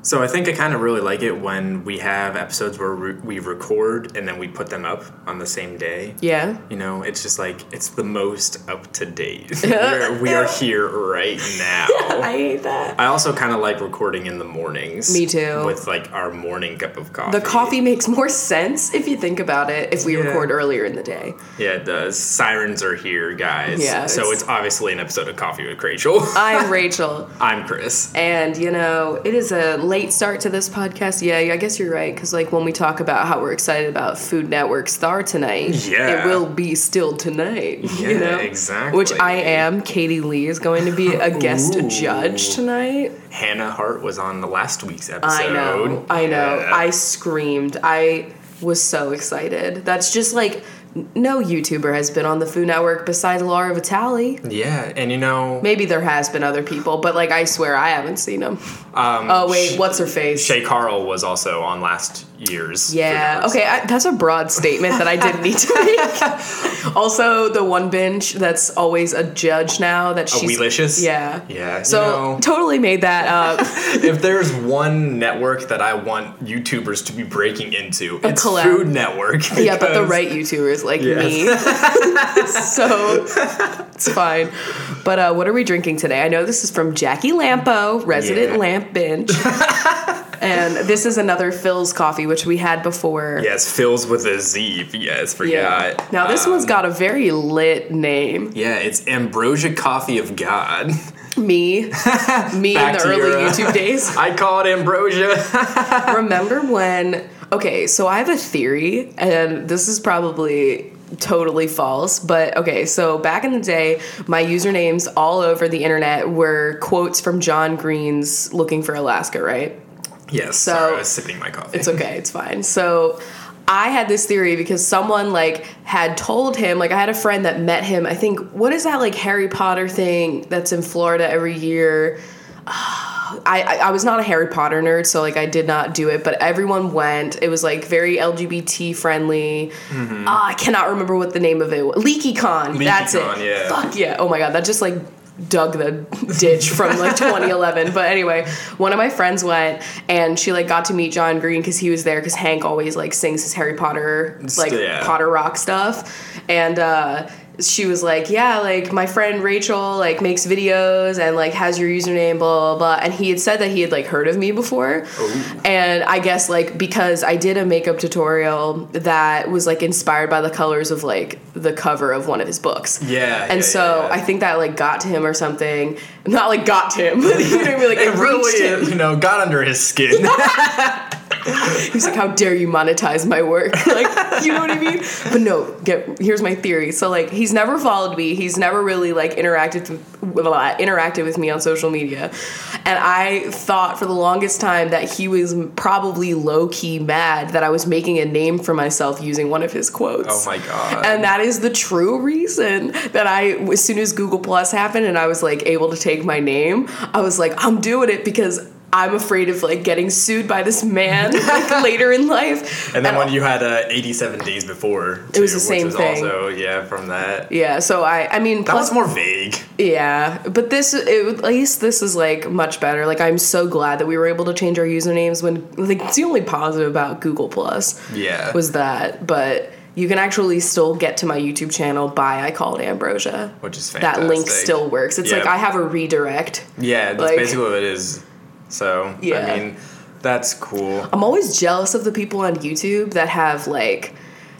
So I think I kind of really like it when we have episodes where re- we record and then we put them up on the same day. Yeah. You know, it's just like it's the most up to date. We're- we are here right now. I hate that. I also kind of like recording in the mornings. Me too. With like our morning cup of coffee. The coffee makes more sense if you think about it if we Yeah. record earlier in the day. Yeah, it does. Sirens are here, guys. Yeah, So it's- it's obviously an episode of Coffee with Rachel. I'm Rachel, I'm Chris. and you know, it is a late start to this podcast. Yeah, I guess you're right cuz like when we talk about how we're excited about Food Network Star tonight, Yeah. it will be still tonight, Yeah, you know. exactly. Which I am. Katie Lee is going to be a guest Ooh. judge tonight. Hannah Hart was on the last week's episode. I know. I know. Yeah. I screamed. I was so excited. That's just like n- no YouTuber has been on the Food Network besides Laura Vitale. Yeah, and you know, Maybe there has been other people, but like I swear I haven't seen them. um, Oh wait, what's her face? Shay Carl was also on last year's. Yeah. Food Network. Okay. I, that's a broad statement that I didn't need to make. also, the one bench that's always a judge now that she's Welicious? Yeah. Yeah, you So know. totally made that up. If there's one network that I want YouTubers to be breaking into, it's collab. Food Network. Yeah, but the because- right YouTubers like Yes. me. so it's fine. But uh, what are we drinking today? I know this is from Jackie Lampo, resident Yeah. lamp binge. and this is another Phil's coffee, which we had before. Yes, Phil's with a Z. Yes, forgot. Now this Um, one's got a very lit name. Yeah, it's Ambrosia Coffee of God. Me, me in Back the to early your, uh, YouTube days. I call it Ambrosia. Remember when? Okay, so I have a theory, and this is probably totally false, but okay, so back in the day, my usernames all over the internet were quotes from John Green's Looking for Alaska, right? yes, so So- I was sipping my coffee. It's okay, it's fine. So I had this theory because someone like had told him, like I had a friend that met him, I think, what is that like Harry Potter thing that's in Florida every year? I, I, I was not a Harry Potter nerd, so like I did not do it, but everyone went. It was like very LGBT friendly. Ah, I cannot remember what the name of it was. LeakyCon. that's LeakyCon, it. yeah. Fuck yeah. Oh my god, that just like dug the ditch from like 2011. But anyway, one of my friends went and she like got to meet John Green because he was there because Hank always like sings his Harry Potter like Yeah. Potter rock stuff. And uh she was like, Yeah, like my friend Rachel like makes videos and like has your username, blah blah blah. And he had said that he had like heard of me before. And I guess like because I did a makeup tutorial that was like inspired by the colors of like the cover of one of his books. Yeah, And yeah, so yeah. I think that like got to him or something. Not like got to him, but you know what I mean? Like it, It reached really, him. you know, got under his skin. He's like, "How dare you monetize my work?" Like, you know what I mean? But no, get here's my theory. So like, he's never followed me. He's never really like interacted with, blah, interacted with me on social media, and I thought for the longest time that he was probably low key mad that I was making a name for myself using one of his quotes. oh my god. And that is the true reason that I, as soon as Google Plus happened and I was like able to take my name, I was like, I'm doing it because I'm afraid of like getting sued by this man like later in life. And then when you had uh, 87 days before, It was the which same was thing. Also, yeah, from that. yeah, so I, I mean, That plus was more vague. Yeah, but this it, at least this is like much better. Like I'm so glad that we were able to change our usernames when like it's the only positive about Google Plus. Yeah. was that, but you can actually still get to my YouTube channel by I called Ambrosia, Which is That link fantastic. still works. It's like Yeah. I have a redirect. Yeah, that's Like- basically what it is. So, Yeah. I mean, that's cool. I'm always jealous of the people on YouTube that have like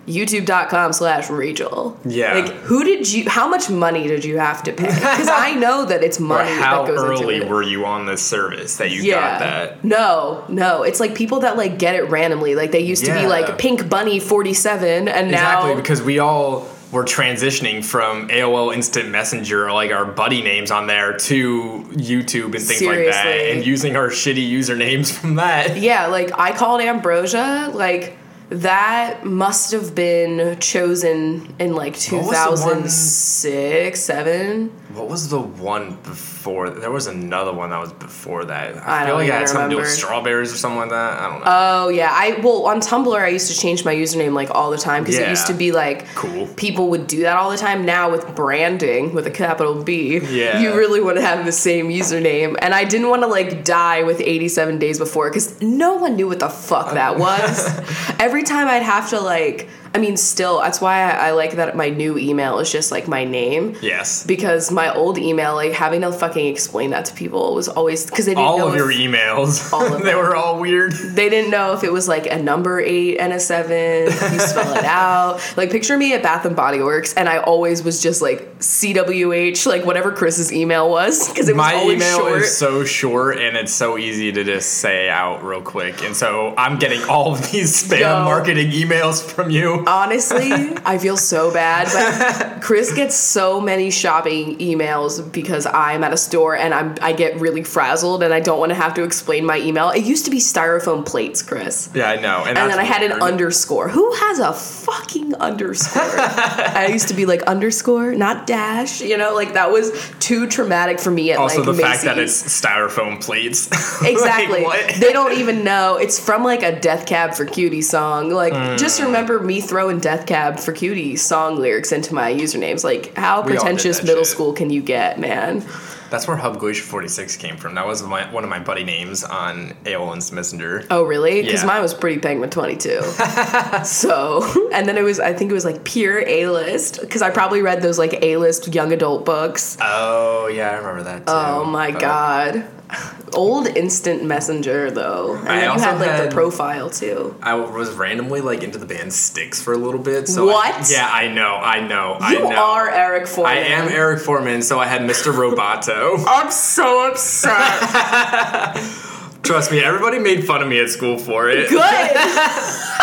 youtube.com slash Rachel. Yeah. Like who did you how much money did you have to pay? Because I know that it's Or money how that goes early into it. were you on this service that you got that? No, no. It's like people that like get it randomly. Like they used to be Yeah. like Pink Bunny 47 and Exactly, now because we all were transitioning from AOL Instant Messenger, like our buddy names on there, to YouTube and things like that, Seriously. and using our shitty usernames from that. yeah, like I called Ambrosia like That must have been chosen in like What was the one- 2006, 7. What was the one before? There was another one that was before that. I, I feel don't like it had even something to do with remember. strawberries or something like that. I don't know. Oh yeah, I well on Tumblr I used to change my username like all the time because Yeah. it used to be like Cool. People would do that all the time. Now with branding with a capital B, Yeah. you really want to have the same username. And I didn't want to like die with 87 days before because no one knew what the fuck that was. Every time I'd have to like, I mean, still that's why I, I like that my new email is just like my name. yes. Because my old email, like having to fucking explain that to people was always because they didn't all know of your if- emails. All of they them. were all weird. they didn't know if it was like a number eight and a seven. if You spell it out. Like picture me at Bath and Body Works, and I always was just like CWH, like whatever Chris's email was, because it was My always email short. is so short and it's so easy to just say out real quick. And so I'm getting all of these spam Yo. Uh, marketing emails from you. Honestly, I feel so bad, but Chris gets so many shopping emails because I'm at a store and I'm I get really frazzled and I don't want to have to explain my email. It used to be styrofoam plates, Chris. Yeah, I know. And, and that's then I had an weird. underscore. Who has a fucking underscore? I used to be like underscore, not dash. You know, like that was too traumatic for me. At Also, like the Macy's. fact that it's styrofoam plates. Like, exactly what? they don't even know it's from like a Death Cab for Cutie song. Like, Mm. just remember me throwing Death Cab for Cutie song lyrics into my usernames. Like, how did pretentious that middle shit. school can you get, man? That's where Hub Glacier 46 came from. That was my, one of my buddy names on AOL Instant Messenger. Oh, really? Because Yeah. mine was pretty Penguin 22. so, and then it was, I think it was like pure A list, because I probably read those like A list young adult books. Oh, yeah, I remember that too. oh my Fuck. God. Old instant messenger, though. And I then you also had like had- the profile, too. I was randomly like into the band Sticks for a little bit. So I- What? yeah, I know, I know, I You know. are Eric Foreman. I am Eric Foreman, so I had Mr. Roboto. I'm so upset. Trust me, everybody made fun of me at school for it. Good.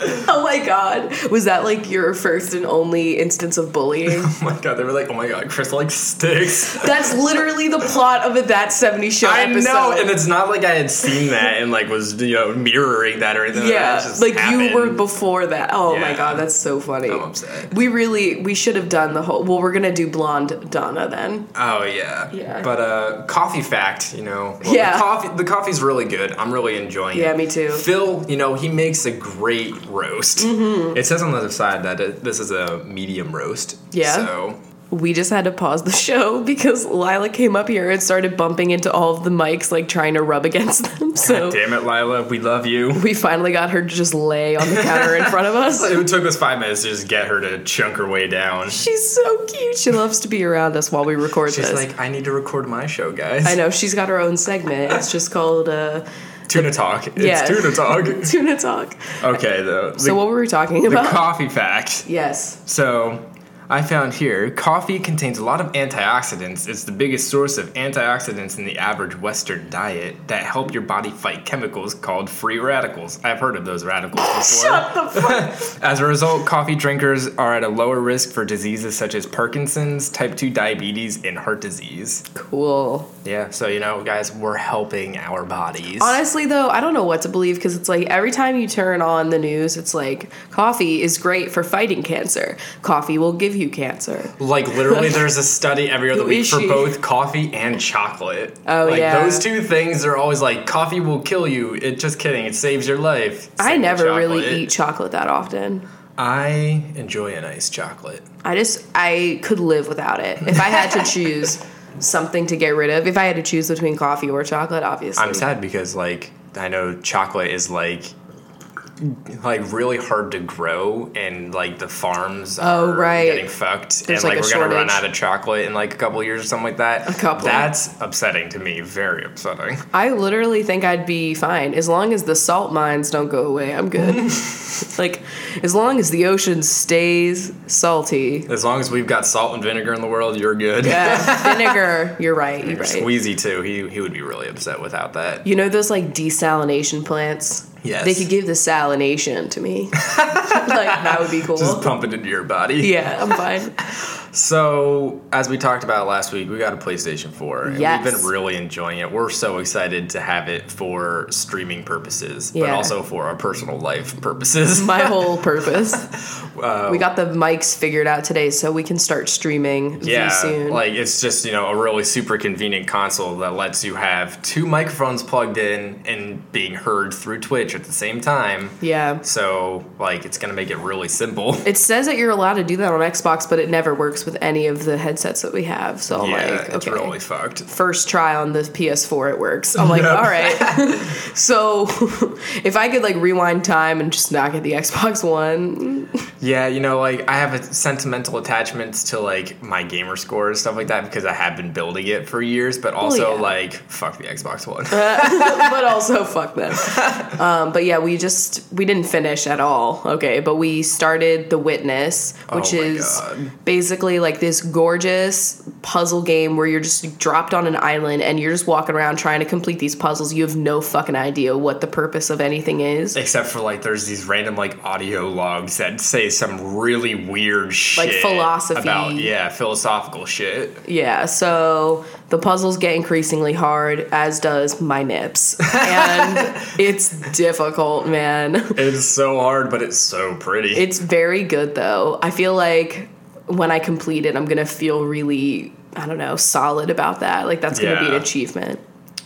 oh my God. Was that like your first and only instance of bullying? Oh my god, they were like, oh my god, Chris likes sticks. That's literally the plot of a That 70s Show I episode. know, and it's not like I had seen that and like was you know mirroring that or anything. Yeah, that just like happened. you were before that. Oh my Yeah. god, that's so funny. I'm upset. We really we should have done the whole. Well, we're gonna do blonde Donna then. Oh yeah. Yeah. But uh, coffee fact, you know. well, Yeah. The, coffee, the coffee's really good. I'm really enjoying it. Yeah, me too. Phil, you know, he makes a great roast. Mm-hmm. It says on the other side that it, this is a medium roast. Yeah. So We just had to pause the show because Lila came up here and started bumping into all of the mics, like trying to rub against them. So damn it, Lila, we love you. we finally got her to just lay on the counter in front of us. It took us five minutes to just get her to chunk her way down. She's so cute. She loves to be around us while we record She's this. like, I need to record my show, guys. I know she's got her own segment. It's just called uh, Tuna talk. It's Yeah. tuna talk. Tuna Talk. okay, though. So what were we talking the about? coffee fact. yes. So, I found here coffee contains a lot of antioxidants. It's the biggest source of antioxidants in the average Western diet that help your body fight chemicals called free radicals. I've heard of those radicals before. Shut the fuck As a result, coffee drinkers are at a lower risk for diseases such as Parkinson's, type 2 diabetes, and heart disease. Cool. Yeah, so you know, guys, we're helping our bodies. Honestly, though, I don't know what to believe because it's like every time you turn on the news, it's like coffee is great for fighting cancer. Coffee will give you cancer. Like literally, there's a study every other Who week is for she? both coffee and chocolate. Oh, like, yeah. those two things are always like coffee will kill you. It just kidding, it saves your life. Same I with never really chocolate. eat chocolate that often. I enjoy a nice chocolate. I just I could live without it. If I had to choose something to get rid of, if I had to choose between coffee or chocolate, obviously. I'm sad because like I know chocolate is like like really hard to grow and like the farms are Oh, right. getting fucked There's, and like, like, a we're gonna run shortage. out of chocolate in like a couple years or something like that. A couple. That's upsetting to me. Very upsetting. I literally think I'd be fine as long as the salt mines don't go away. I'm good. like as long as the ocean stays salty. As long as we've got salt and vinegar in the world, you're good. Yeah, vinegar. You're right. You're right. Squeezy too. He he would be really upset without that. You know those like desalination plants? Yes. They could give the salination to me. like that would be cool. Just pump it into your body. yeah, I'm fine. So, as we talked about last week, we got a PlayStation 4. And Yes. We've been really enjoying it. We're so excited to have it for streaming purposes, but Yeah. also for our personal life purposes. My whole purpose. we got the mics figured out today, so we can start streaming yeah, soon. like it's just, you know, a really super convenient console that lets you have two microphones plugged in and being heard through Twitch at the same time. yeah. So, like, it's going to make it really simple. It says that you're allowed to do that on Xbox, but it never works with any of the headsets that we have. So I'm yeah, like, it's okay. really fucked. First try on the PS4, it works. I'm like, Yep. all right. so if I could like rewind time and just not get the Xbox One, Yeah, you know, like I have a sentimental attachments to like my gamer score and stuff like that because I have been building it for years, but also Oh, yeah. Uh. like fuck the Xbox One. but also fuck them. Um, but yeah, we just we didn't finish at all. Okay, but we started The Witness, which Oh my is God. basically like this gorgeous puzzle game where you're just dropped on an island and you're just walking around trying to complete these puzzles. You have no fucking idea what the purpose of anything is. Except for like there's these random like audio logs that say some really weird shit. philosophy. About yeah, philosophical shit. Yeah, so the puzzles get increasingly hard, as does my nips. And it's difficult, man. It's so hard, but it's so pretty. It's very good though. I feel like when I complete it, I'm gonna feel really, I don't know, solid about that. Like that's gonna be Yeah. an achievement.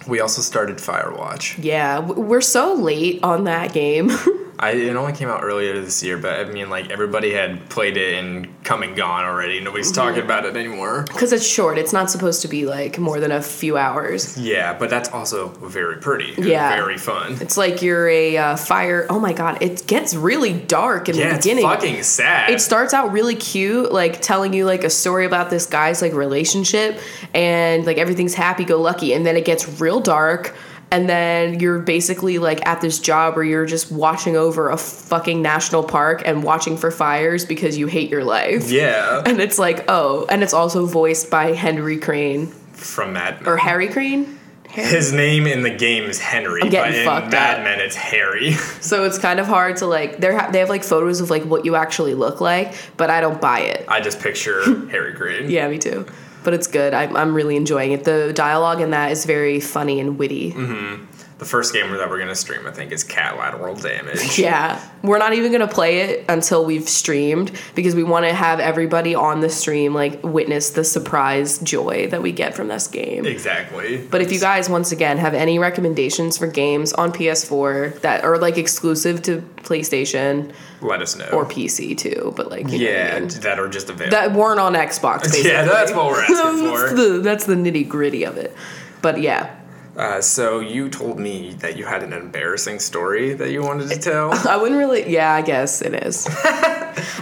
we also started Firewatch. Yeah, w- we're so late on that game. I it only came out earlier this year, but I mean like everybody had played it and come and gone already. Nobody's talking Mm-hmm. about it anymore. Because it's short, it's not supposed to be like more than a few hours. Yeah, but that's also very pretty. and Yeah. Very fun. It's like you're a uh, fire. Oh my god, it gets really dark in the Yeah, it's beginning. fucking sad. it starts out really cute like telling you like a story about this guy's like relationship and like everything's happy go lucky and then it gets real dark and then you're basically like at this job where you're just watching over a fucking national park and watching for fires because you hate your life yeah, and it's like oh and it's also voiced by henry crane from Mad Men. or harry crane His name in the game is Henry, getting but in fucked Mad up. Men it's Harry. so it's kind of hard to like they ha- they have like photos of like what you actually look like but i don't buy it I just picture Harry Green. Yeah, me too. But it's good. I'm, I'm really enjoying it. The dialogue in that is very funny and witty. Mm-hmm. The first game that we're gonna stream, I think, is Cat Lateral Damage. Yeah. We're not even going to play it until we've streamed because we want to have everybody on the stream like witness the surprise joy that we get from this game. exactly. But if you guys once again have any recommendations for games on PS4 that are like exclusive to PlayStation let us know. or PC too, but like you know what I yeah, mean. that are just available. that weren't on Xbox basically. yeah, that's what we're asking that's for. the that's the nitty gritty of it. But yeah, Uh, so you told me that you had an embarrassing story that you wanted to tell. I wouldn't really. Yeah, I guess it is.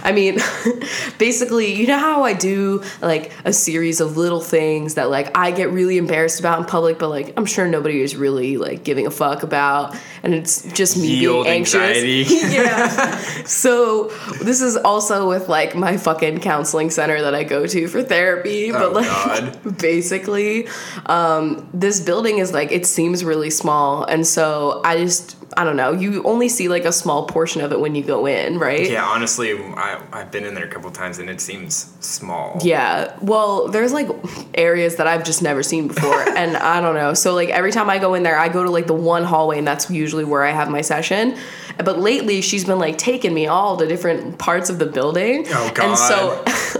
I mean, basically, you know how I do like a series of little things that like I get really embarrassed about in public, but like I'm sure nobody is really like giving a fuck about, and it's just me Yield being anxious. anxiety. yeah. So this is also with like my fucking counseling center that I go to for therapy, Oh, but like God. basically um, this building is like it seems really small and so i just i don't know you only see like a small portion of it when you go in right Yeah, honestly, I, I've been in there a couple times and it seems small. Yeah. Well, there's like areas that I've just never seen before. and I don't know. So, like, every time I go in there, I go to like the one hallway, and that's usually where I have my session. But lately, she's been like taking me all to different parts of the building. Oh, And so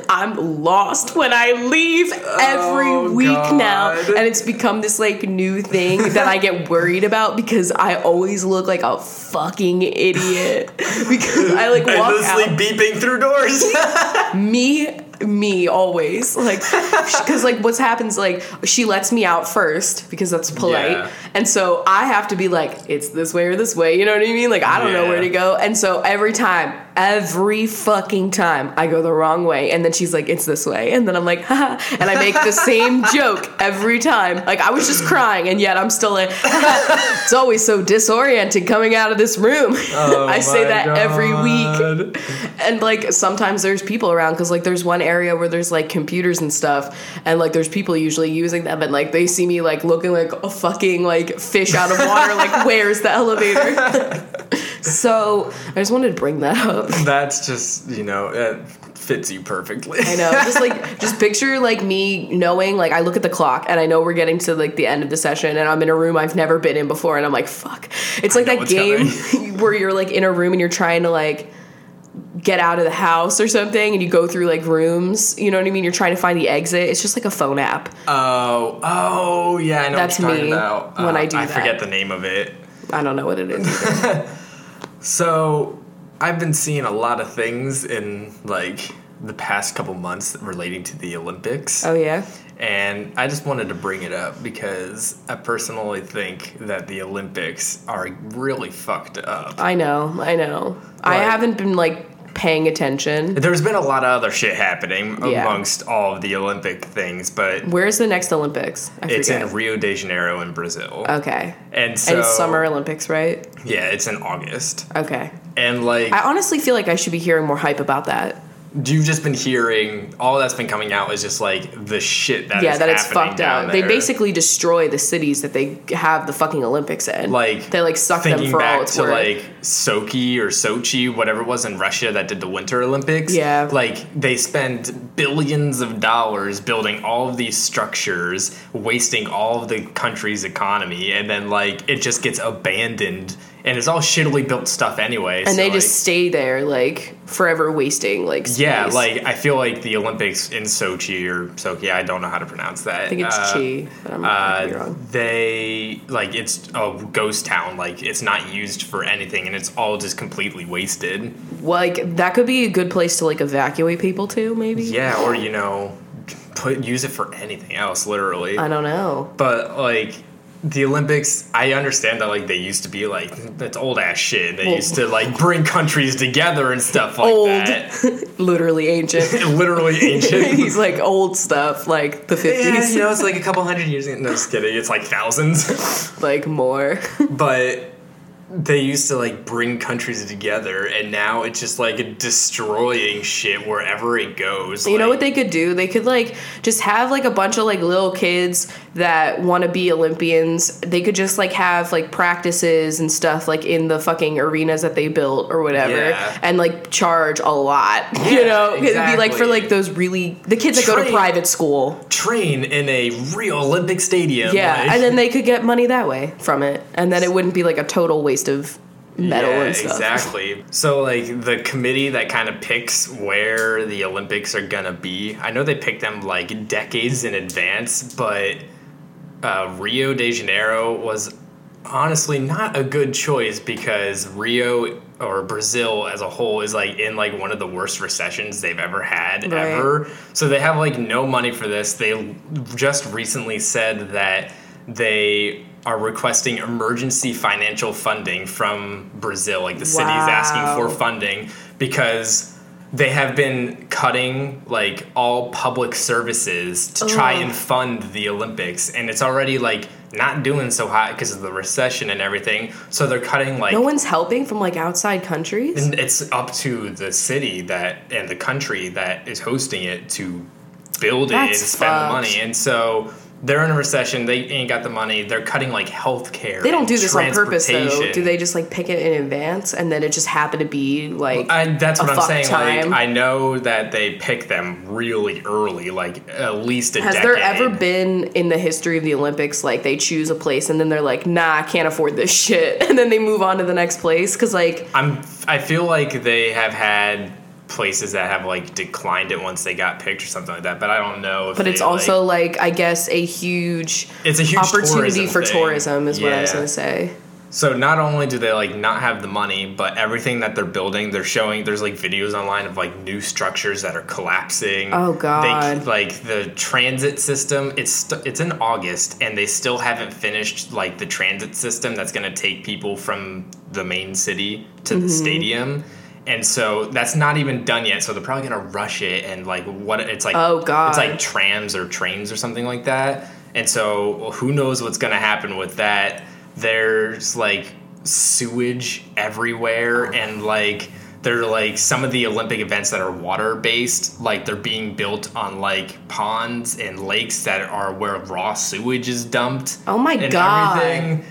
I'm lost when I leave every Oh, week now. God. And it's become this like new thing that I get worried about because I always look like a fucking idiot. because I like walk out Endlessly beeping through doors. me me always like because like what's happens like she lets me out first because that's polite Yeah. and so i have to be like it's this way or this way you know what i mean like i don't know Yeah. where to go and so every time every fucking time i go the wrong way and then she's like it's this way and then i'm like haha and i make the same joke every time like i was just crying and yet i'm still like "Haha, it's always so disoriented coming out of this room Oh i say that every week and like sometimes there's people around because like there's one area where there's like computers and stuff and like there's people usually using them and like they see me like looking like a fucking like fish out of water like where's the elevator So I just wanted to bring that up. That's just, you know, it fits you perfectly. I know. Just like just picture like me knowing like I look at the clock and I know we're getting to like the end of the session and I'm in a room I've never been in before and I'm like fuck. It's like know that what's game where you're like in a room and you're trying to like get out of the house or something and you go through like rooms, you know what I mean? You're trying to find the exit. It's just like a phone app. Oh, oh, yeah, I know That's what you're talking me about. Uh, when I do I that. forget the name of it. I don't know what it is. So I've been seeing a lot of things in like the past couple months relating to the Olympics. Oh yeah. And I just wanted to bring it up because I personally think that the Olympics are really fucked up. I know. I know. I Like- haven't been like paying attention. There's been a lot of other shit happening Yeah. amongst all of the Olympic things, but Where's the next Olympics? I it's in Rio de Janeiro in Brazil. Okay. and so Oh. and it's summer Olympics, right? Yeah, it's in August. Okay. And like I honestly feel like I should be hearing more hype about that. you've just been hearing all that's been coming out is just like the shit that yeah, is that it's happening fucked down up. They there. basically destroy the cities that they have the fucking Olympics in. like they like suck them thinking for back all it's to worth. like Sochi or Sochi, whatever it was in Russia that did the Winter Olympics. Yeah. like they spend billions of dollars building all of these structures, wasting all of the country's economy, and then like it just gets abandoned, and it's all shittily built stuff anyway. and they just stay there like forever wasting like space. Yeah, like I feel like the Olympics in Sochi or Sochi, I don't know how to pronounce that. I think it's uh, Chi, but I'm not be Uh, wrong. they like it's a ghost town. Like it's not used for anything, and it's all just completely wasted. Well, like that could be a good place to like evacuate people to, maybe. Yeah, or you know, put use it for anything else, literally. I don't know. but like the Olympics, I understand that like they used to be like that's old ass shit. They Well- used to like bring countries together and stuff like Old. that. Literally ancient. Literally ancient. He's like old stuff, like the Yeah, fifties, you know, it's like a couple hundred years ago. No, just kidding. It's like thousands. like more. But they used to like bring countries together, and now it's just like destroying shit wherever it goes. You know what Like, they could do? They could like just have like a bunch of like little kids that want to be Olympians. They could just like have like practices and stuff like in the fucking arenas that they built or whatever, Yeah. and like charge a lot. you Yeah, know, it'd be like for exactly. like those really the kids that go to Train. private school. train in a real Olympic stadium? Yeah, like- and then they could get money that way from it, and then it wouldn't be like a total waste of metal Yeah, and stuff. exactly. So like the committee that kind of picks where the Olympics are gonna be. I know they pick them like decades in advance, but uh, Rio de Janeiro was honestly not a good choice because Rio or Brazil as a whole is like in like one of the worst recessions they've ever had Right. ever. So they have like no money for this. They just recently said that they are requesting emergency financial funding from Brazil. Like the city's asking for Wow. funding because they have been cutting like all public services to try Ugh. and fund the Olympics, and it's already like not doing so hot because of the recession and everything. So they're cutting like No one's helping from like outside countries. and it's up to the city that and the country that is hosting it to build it and That's spend fucked. the money. And so they're in a recession. They ain't got the money. They're cutting like healthcare. They don't and do this on purpose, though. Do transportation. they just like pick it in advance and then it just happened to be like? I, that's a what I'm fuck saying. time? Like, I know that they pick them really early, like at least a has decade. there ever been in the history of the Olympics like they choose a place and then they're like, nah, I can't afford this shit, and then they move on to the next place because like I'm. I feel like they have had places that have like declined it once they got picked or something like that. But I don't know. If but it's they, like- also like I guess a huge it's a huge opportunity tourism for thing. tourism is what I was Yeah. gonna say. So not only do they like not have the money, but everything that they're building, they're showing. There's like videos online of like new structures that are collapsing. Oh, They- God. like the transit system, it's st- it's in August, and they still haven't finished like the transit system that's going to take people from the main city to Mm-hmm. the stadium. And so that's not even done yet. So they're probably gonna rush it and like what it's like. Oh, God. It's like trams or trains or something like that. And so well, who knows what's going to happen with that? There's like sewage everywhere and like they're like some of the Olympic events that are water based, like they're being built on like ponds and lakes that are where raw sewage is dumped. Oh my and God. Everything.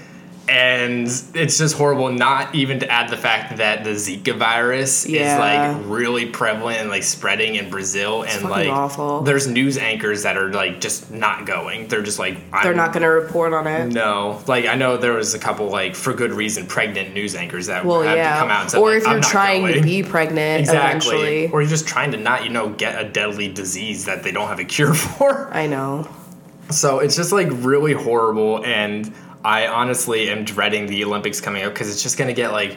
and it's just horrible. Not even to add the fact that the Zika virus Yeah. is like really prevalent and like spreading in Brazil, and fucking like awful. there's news anchors that are like just not going. They're just like I'm, They're not going to report on it. No, like I know there was a couple like for good reason pregnant news anchors that Well, have yeah. to come out. And said, or like, if you're "I'm not trying to going." be pregnant exactly, eventually. or you're just trying to not you know get a deadly disease that they don't have a cure for. I know. So it's just like really horrible, and I honestly am dreading the Olympics coming up because it's just gonna get like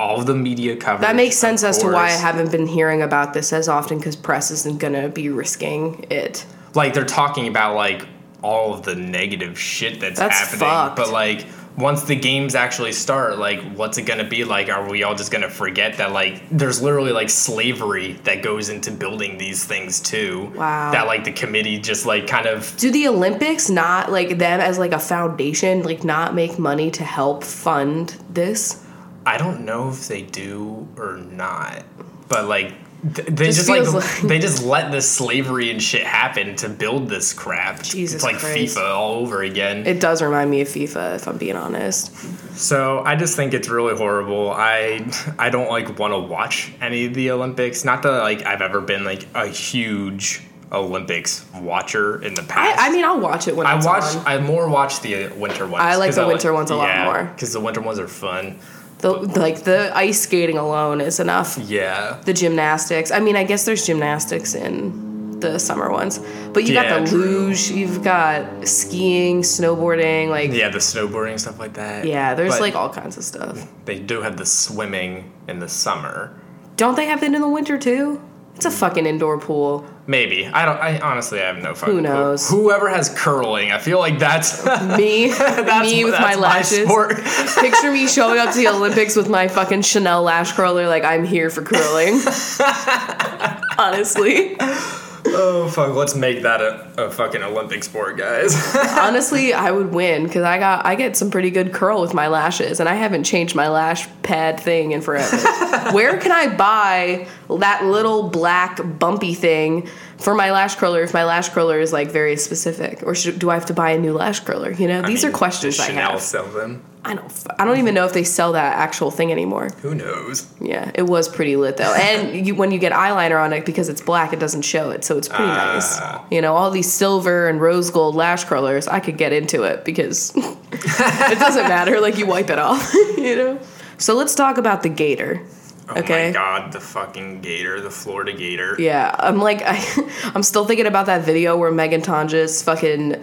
all of the media coverage. That makes of sense as to why I course. haven't been hearing about this as often because press isn't going to be risking it. Like they're talking about like all of the negative shit that's, That's happening, fucked. but like once the games actually start, like what's it gonna be like? Are we all just gonna forget that like there's literally like slavery that goes into building these things too? Wow. That like the committee just like kind of Do the Olympics not like them as like a foundation like not make money to help fund this? I don't know if they do or not, but like th- they Just just, like, feels like- they just let this slavery and shit happen to build this crap. Jesus it's like Christ. FIFA all over again. It does remind me of FIFA if I'm being honest. so I just think it's really horrible. I I don't like want to watch any of the Olympics. Not that like I've ever been like a huge Olympics watcher in the past. I, I mean, I'll watch it when I it's watch. on. I more watch the uh, winter ones. I like 'cause the winter ones a lot more. because the winter ones are fun. The, like the ice skating alone is enough. Yeah, The gymnastics. I mean, I guess there's gymnastics in the summer ones, but you Yeah, got the true. luge. You've got skiing, snowboarding. Like yeah, yeah, the snowboarding and stuff like that. there's But- like all kinds of stuff. They do have the swimming in the summer. Don't they have that in the winter too? It's a fucking indoor pool. Maybe I don't. I honestly have no fucking. clue. knows? Whoever has curling, I feel like that's, that's Me, me with my that's lashes. sport. Picture me showing up to the Olympics with my fucking Chanel lash curler, like I'm here for curling. Honestly. oh fuck! Let's make that a, a fucking Olympic sport, guys. Honestly, I would win because I got I get some pretty good curl with my lashes, and I haven't changed my lash pad thing in forever. Where can I buy that little black bumpy thing for my lash curler if my lash curler is like very specific, or should, do I have to buy a new lash curler? You know, these I mean, are questions does I Chanel have. sell them? I don't f- I don't even know if they sell that actual thing anymore. Who knows? Yeah, it was pretty lit though. And you, when you get eyeliner on it, because it's black, it doesn't show it, so it's pretty nice. Ah. You know, all these silver and rose gold lash curlers, I could get into it because it doesn't matter. Like you wipe it off, you know. So let's talk about the gator. Oh Okay. my god! The fucking gator, the Florida gator. Yeah, I'm like I, I'm still thinking about that video where Megan Tonjes fucking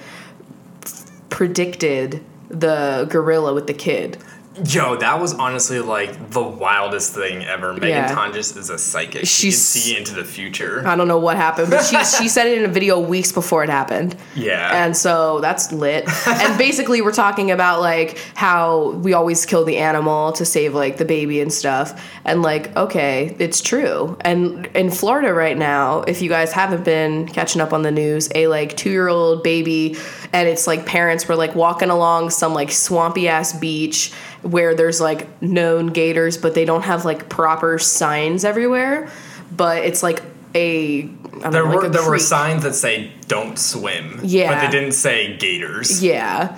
predicted the gorilla with the kid. Yo, that was honestly like the wildest thing ever. Megan Yeah. Tonjes is a psychic. she can She's- Uh, see into the future. I don't know what happened, but she she said it in a video weeks before it happened. yeah. And so that's lit. and basically, we're talking about like how we always kill the animal to save like the baby and stuff. And like, okay, it's true. And in Florida right now, if you guys haven't been catching up on the news, a like two year old baby and it's like parents were like walking along some like swampy ass beach where there's like known gators, but they don't have like proper signs everywhere. But it's like a. I don't There know, like were a there were creek. signs that say don't swim. Yeah. But they didn't say gators. Yeah.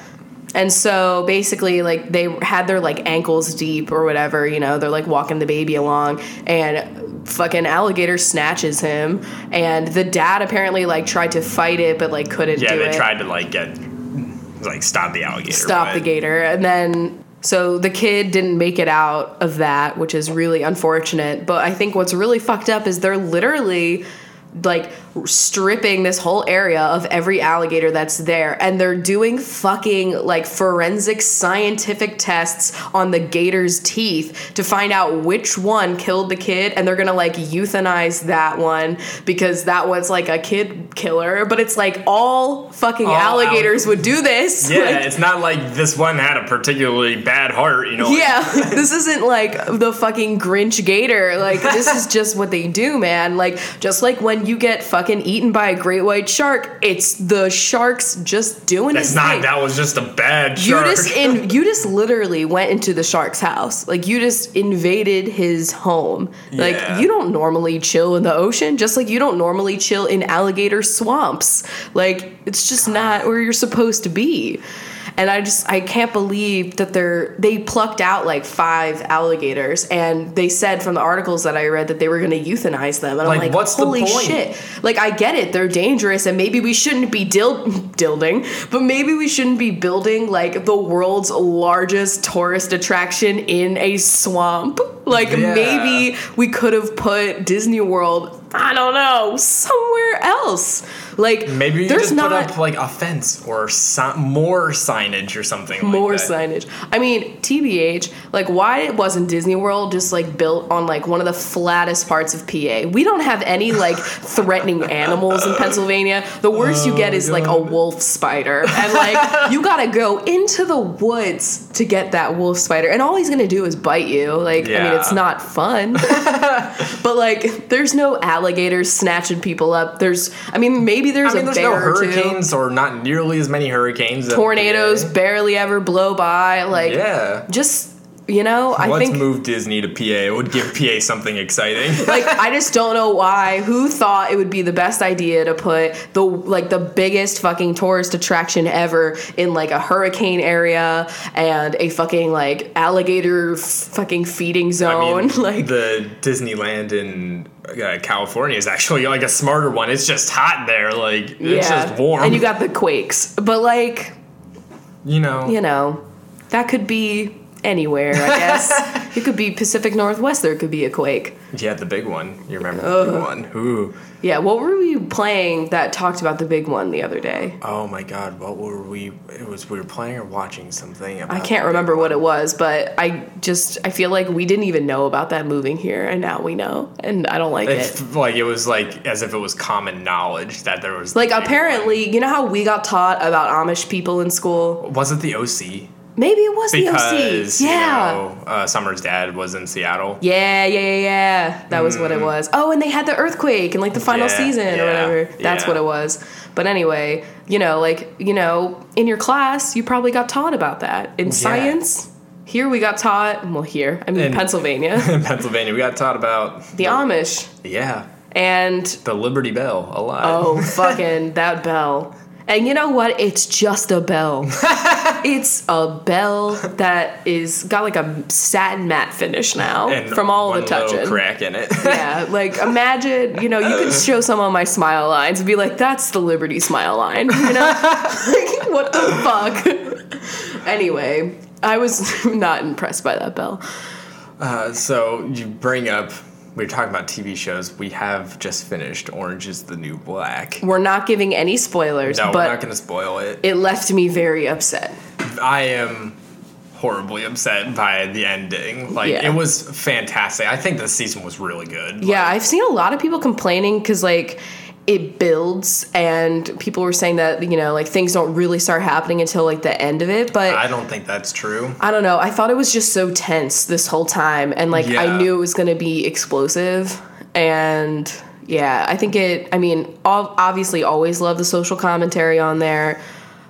And so basically, like, they had their, like, ankles deep or whatever, you know, they're, like, walking the baby along, and fucking alligator snatches him. And the dad apparently, like, tried to fight it, but, like, couldn't Yeah, do they it. tried to like get like stop the alligator. Stop the but- gator. And then, so the kid didn't make it out of that, which is really unfortunate. But I think what's really fucked up is they're literally like stripping this whole area of every alligator that's there and they're doing fucking like forensic scientific tests on the gator's teeth to find out which one killed the kid and they're gonna like euthanize that one because that one's like a kid killer but it's like all fucking All alligators would do this Yeah, Like, it's not like this one had a particularly bad heart, you know. like, yeah, this isn't like the fucking Grinch Gator. Like, this is just what they do, man. Like, just like when you get fucking eaten by a great white shark, it's the sharks just doing That's his not thing. that was just a bad you shark. just in, you just literally went into the shark's house. Like you just invaded his home. Like Yeah. you don't normally chill in the ocean, just like you don't normally chill in alligator swamps. Like it's just not where you're supposed to be. and I just I can't believe that they're they plucked out like five alligators, and they said from the articles that I read that they were going to euthanize them, and Like, I'm like, what's the holy point?" shit! Like I get it, they're dangerous, and maybe we shouldn't be dil- dilding, but maybe we shouldn't be building like the world's largest tourist attraction in a swamp. Like Yeah. maybe we could have put Disney World, I don't know, somewhere else. Like Maybe you there's just not put up like a fence or si- more signage or something. more like that. signage. I mean, TBH, like why wasn't Disney World just like built on like one of the flattest parts of PA? We don't have any like threatening animals in Pennsylvania. The worst you get is like a Oh, God. wolf spider. And like you got to go into the woods to get that wolf spider. And all he's going to do is bite you. Like I mean, Yeah. it's not fun. but like there's no alligators snatching people up. There's I mean, maybe there's I mean, a there's bear no or two. hurricanes or not nearly as many hurricanes. that- Tornadoes barely ever blow by. Like Yeah. just you know i Let's think move Disney to PA. It would give PA something exciting. like i just don't know why who thought it would be the best idea to put the like the biggest fucking tourist attraction ever in like a hurricane area and a fucking like alligator f- fucking feeding I zone mean, like the Disneyland in uh, California is actually like a smarter one. It's just hot there. Like it's just warm. and you got the quakes but like you know. you know that could be anywhere i guess it could be pacific northwest there could be a quake Yeah, the big one. You remember the big one? Ooh. yeah what were we playing that talked about the big one the other day Oh my God! What were we? It was we were playing or watching something. About I can't remember what it was, but I just I feel like we didn't even know about that moving here, and now we know, and I don't like it. It's like it was like as if it was common knowledge that there was the Like big apparently, you know how we got taught about Amish people in school? one. was it the OC Maybe it was because the OC. Yeah. you know uh, Summer's dad was in Seattle. yeah, yeah, yeah, yeah. That was what it was. Oh, and they had the earthquake and like the final Mm-hmm. Yeah, season or yeah, whatever. That's yeah. what it was. But anyway, you know, like you know, in your class, you probably got taught about that in science. Here we got taught. Well, here I mean In- Pennsylvania, In Pennsylvania, we got taught about the Amish, yeah and the Liberty Bell a lot. Oh, fucking that bell. And you know what? It's just a bell. it's a bell that is got like a satin matte finish now and from all the one little touching. crack Uh. in it. Yeah, like imagine, you know, you could show someone my smile lines and be like, that's the Liberty smile line. You know? Like, what the fuck? anyway, I was not impressed by that bell. Uh, so you bring up we were talking about TV shows. We have just finished Orange is the New Black. We're not giving any spoilers, No, we're but not going to spoil it. it left me very upset. I am horribly upset by the ending. Like Yeah. it was fantastic. I think this season was really good. Yeah, I've seen a lot of people complaining because like it builds, and people were saying that you know like things don't really start happening until like the end of it. But I I, don't think that's true. don't know. I thought it was just so tense this whole time, and like I Yeah. knew it was gonna be explosive, and yeah, I think it. I mean, all, obviously, always love the social commentary on there.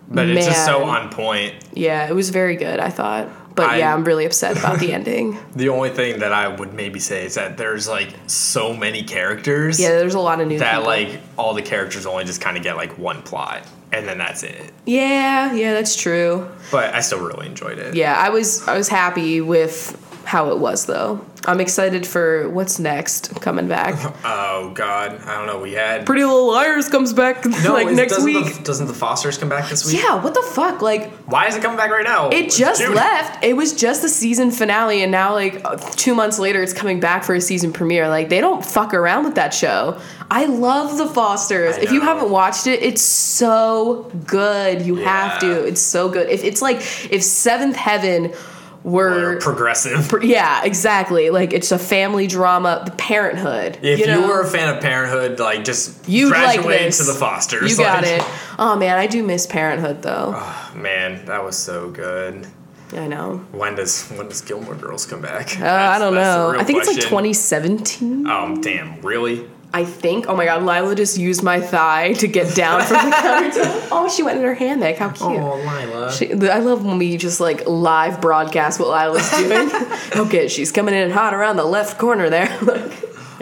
But it's just so Man. on point. Yeah, it was very good. I thought. But I- yeah, I'm really upset about the ending. The only thing that I would maybe say is that there's like so many characters Yeah, there's a lot of new that people. like all the characters only just kind of get like one plot and then that's it. yeah, yeah, that's true. But I still really enjoyed it. yeah i was i was happy with how it was though i'm excited for what's next coming back Oh God, I don't know. We had pretty little liars comes back like is- next doesn't week The, doesn't the Fosters come back this week? yeah what the fuck like Why is it coming back right now? it It's just June. left it was just the season finale and now like uh, two months later it's coming back for a season premiere like they don't fuck around with that show i love the fosters I if you know. haven't watched it it's so good you have Yeah. to it's so good if it's like if seventh heaven were Or progressive. Yeah, exactly. Like it's a family drama, the parenthood. if you, you, know? were a fan of Parenthood, like just You'd graduate like this. to the Fosters. you got like, oh, it. Oh man, I do miss parenthood though. Man, that was so good. I know. When does when does Gilmore Girls come back? Uh, I don't know. I think it's like 2017. Um, damn, really? I think. Oh my god, Lila just used my thigh to get down from the countertop. Oh, she went in her hammock. How cute. Oh, Lila. She- I love when we just like live broadcast what Lila's doing. okay, she's coming in hot around the left corner there.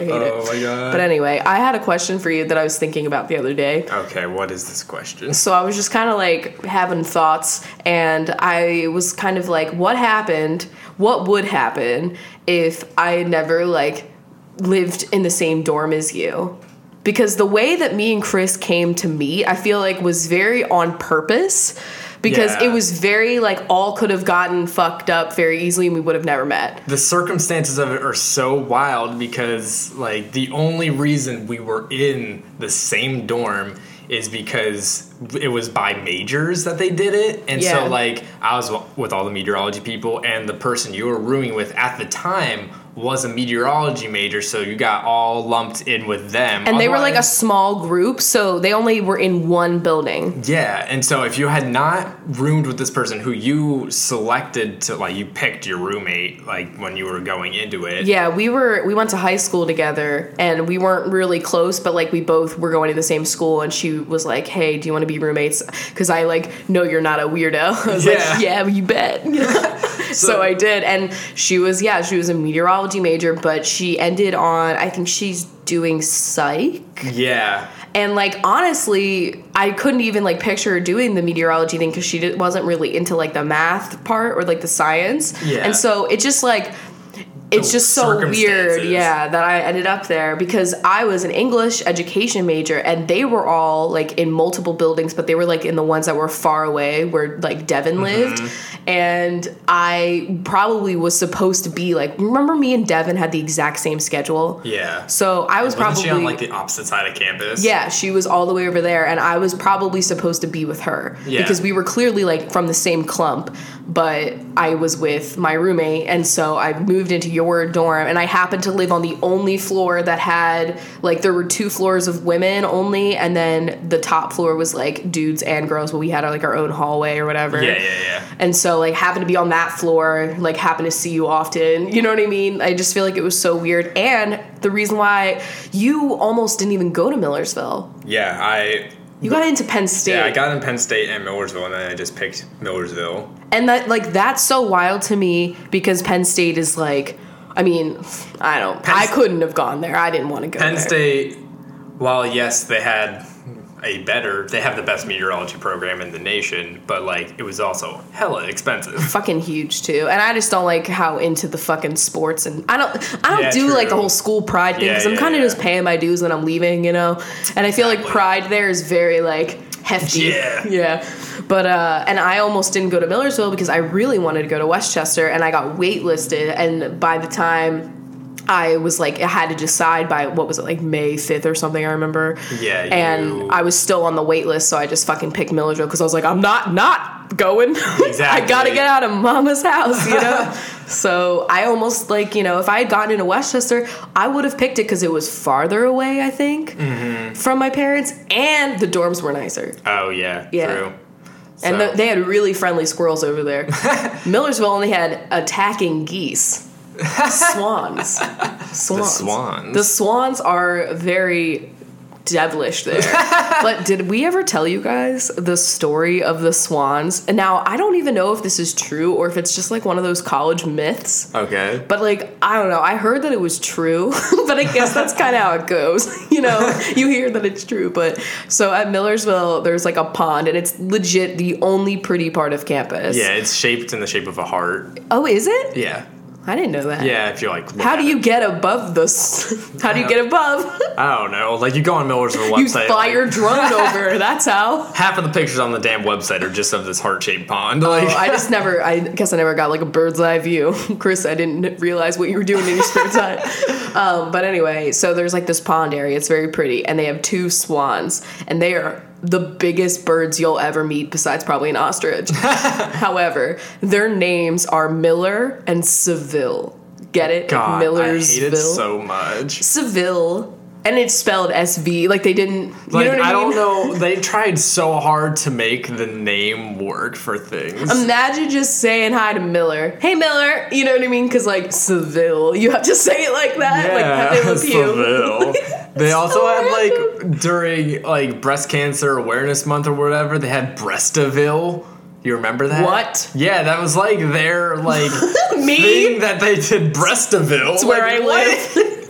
Like, I hate Oh it. my God. But anyway, I had a question for you that I was thinking about the other day. Okay, what is this question? So I was just kind of like having thoughts, and I was kind of like, what happened? What would happen if I never like lived in the same dorm as you? Because the way that me and Chris came to meet, I feel like was very on purpose. Because Yeah. it was very like all could have gotten fucked up very easily, and we would have never met. The circumstances of it are so wild because, like, the only reason we were in the same dorm is because it was by majors that they did it. And Yeah. so, like, I was with all the meteorology people, and the person you were rooming with at the time was a meteorology major, so you got all lumped in with them. And they were like a Otherwise- small group, so they only were in one building. Yeah, and so if you had not roomed with this person who you selected to like you picked your roommate like when you were going into it. Yeah, we were we went to high school together and we weren't really close, but like we both were going to the same school and she was like, "Hey, do you want to be roommates?" cuz I like, "No, you're not a weirdo." I was Yeah. like, "Yeah, you bet." so I did and she was yeah, she was a meteorology major, but she ended on I think she's doing psych. Yeah. And like honestly, I couldn't even like picture her doing the meteorology thing because she di- wasn't really into like the math part or like the science. Yeah. And so it just like it's The just so weird, circumstances. yeah, that I ended up there because I was an English education major and they were all like in multiple buildings, but they were like in the ones that were far away where like Devin Mm-hmm. lived. And I probably was supposed to be like remember me and Devin had the exact same schedule? Yeah. So I was Wasn't probably she on like the opposite side of campus? yeah, she was all the way over there, and I was probably supposed to be with her Yeah. because we were clearly like from the same clump. But I was with my roommate, and so I moved into your dorm, and I happened to live on the only floor that had like there were two floors of women only, and then the top floor was like dudes and girls, but we had like our own hallway or whatever. Yeah, yeah, yeah. And so, like, happened to be on that floor, like, happened to see you often. You know what I mean? I just feel like it was so weird. And the reason why you almost didn't even go to Millersville, Yeah, I you got into Penn State. yeah, I got in Penn State and Millersville and then I just picked Millersville. and that, like, that's so wild to me because Penn State is like, I mean, I don't, I couldn't have gone there. I didn't want to go Penn there. State while yes, they had a better they have the best meteorology program in the nation, but like it was also hella expensive. fucking huge too. And I just don't like how into the fucking sports and I don't I don't Yeah, do like the true. whole school pride thing Yeah, because I'm yeah, kind of yeah. just paying my dues when I'm leaving, you know. And I feel like Exactly. pride there is very like hefty. Yeah. Yeah. But uh and I almost didn't go to Millersville because I really wanted to go to Westchester and I got waitlisted and by the time I was like, I had to decide by what was it like May fifth or something. I remember. Yeah, you- And I was still on the wait list, so I just fucking picked Millersville because I was like, I'm not not going. I gotta Exactly. get out of mama's house, you know? so I almost like, you know, if I had gotten into Westchester, I would have picked it because it was farther away, I think, Mm-hmm. from my parents, and the dorms were nicer. Oh yeah, Yeah. true. And So- the, they had really friendly squirrels over there. Millersville only had attacking geese. Swans. Swans. swans. The swans are very devilish there. but did we ever tell you guys the story of the swans? And now I don't even know if this is true or if it's just like one of those college myths. Okay. But like I don't know, I heard that it was true, but I guess that's kind of how it goes. you know, you hear that it's true, but so at Millersville there's like a pond and it's legit the only pretty part of campus. Yeah, it's shaped in the shape of a heart. Oh, is it? Yeah. I didn't know that. Yeah, if you're like, look How at do it. you get above this? How do you get above? I don't know. Like you go on Millersville you website. fly your like, drone over. That's how. half of the pictures on the damn website are just of this heart shaped pond. Like Oh, I just never. I guess I never got like a bird's eye view, Chris. I didn't realize what you were doing in your spare time. Um, but anyway, so there's like this pond area. It's very pretty, and they have two swans, and they are the biggest birds you'll ever meet, besides probably an ostrich. However, their names are Miller and Seville. Get it? God, Millersville. I hate it so much. Seville, and it's spelled S V. Like they didn't. You Like know what I, I, mean? don't know. They tried so hard to make the name work for things. Imagine just saying hi to Miller. Hey Miller, you know what I mean? Because like Seville, you have to say it Oh, like that, like Pepe Le Pew. Seville. They also so had random. like during like breast cancer awareness month or whatever, they had Breastaville. You remember that? What? Yeah, that was like their like Me? thing that they did Breastaville. It's where I Like, live.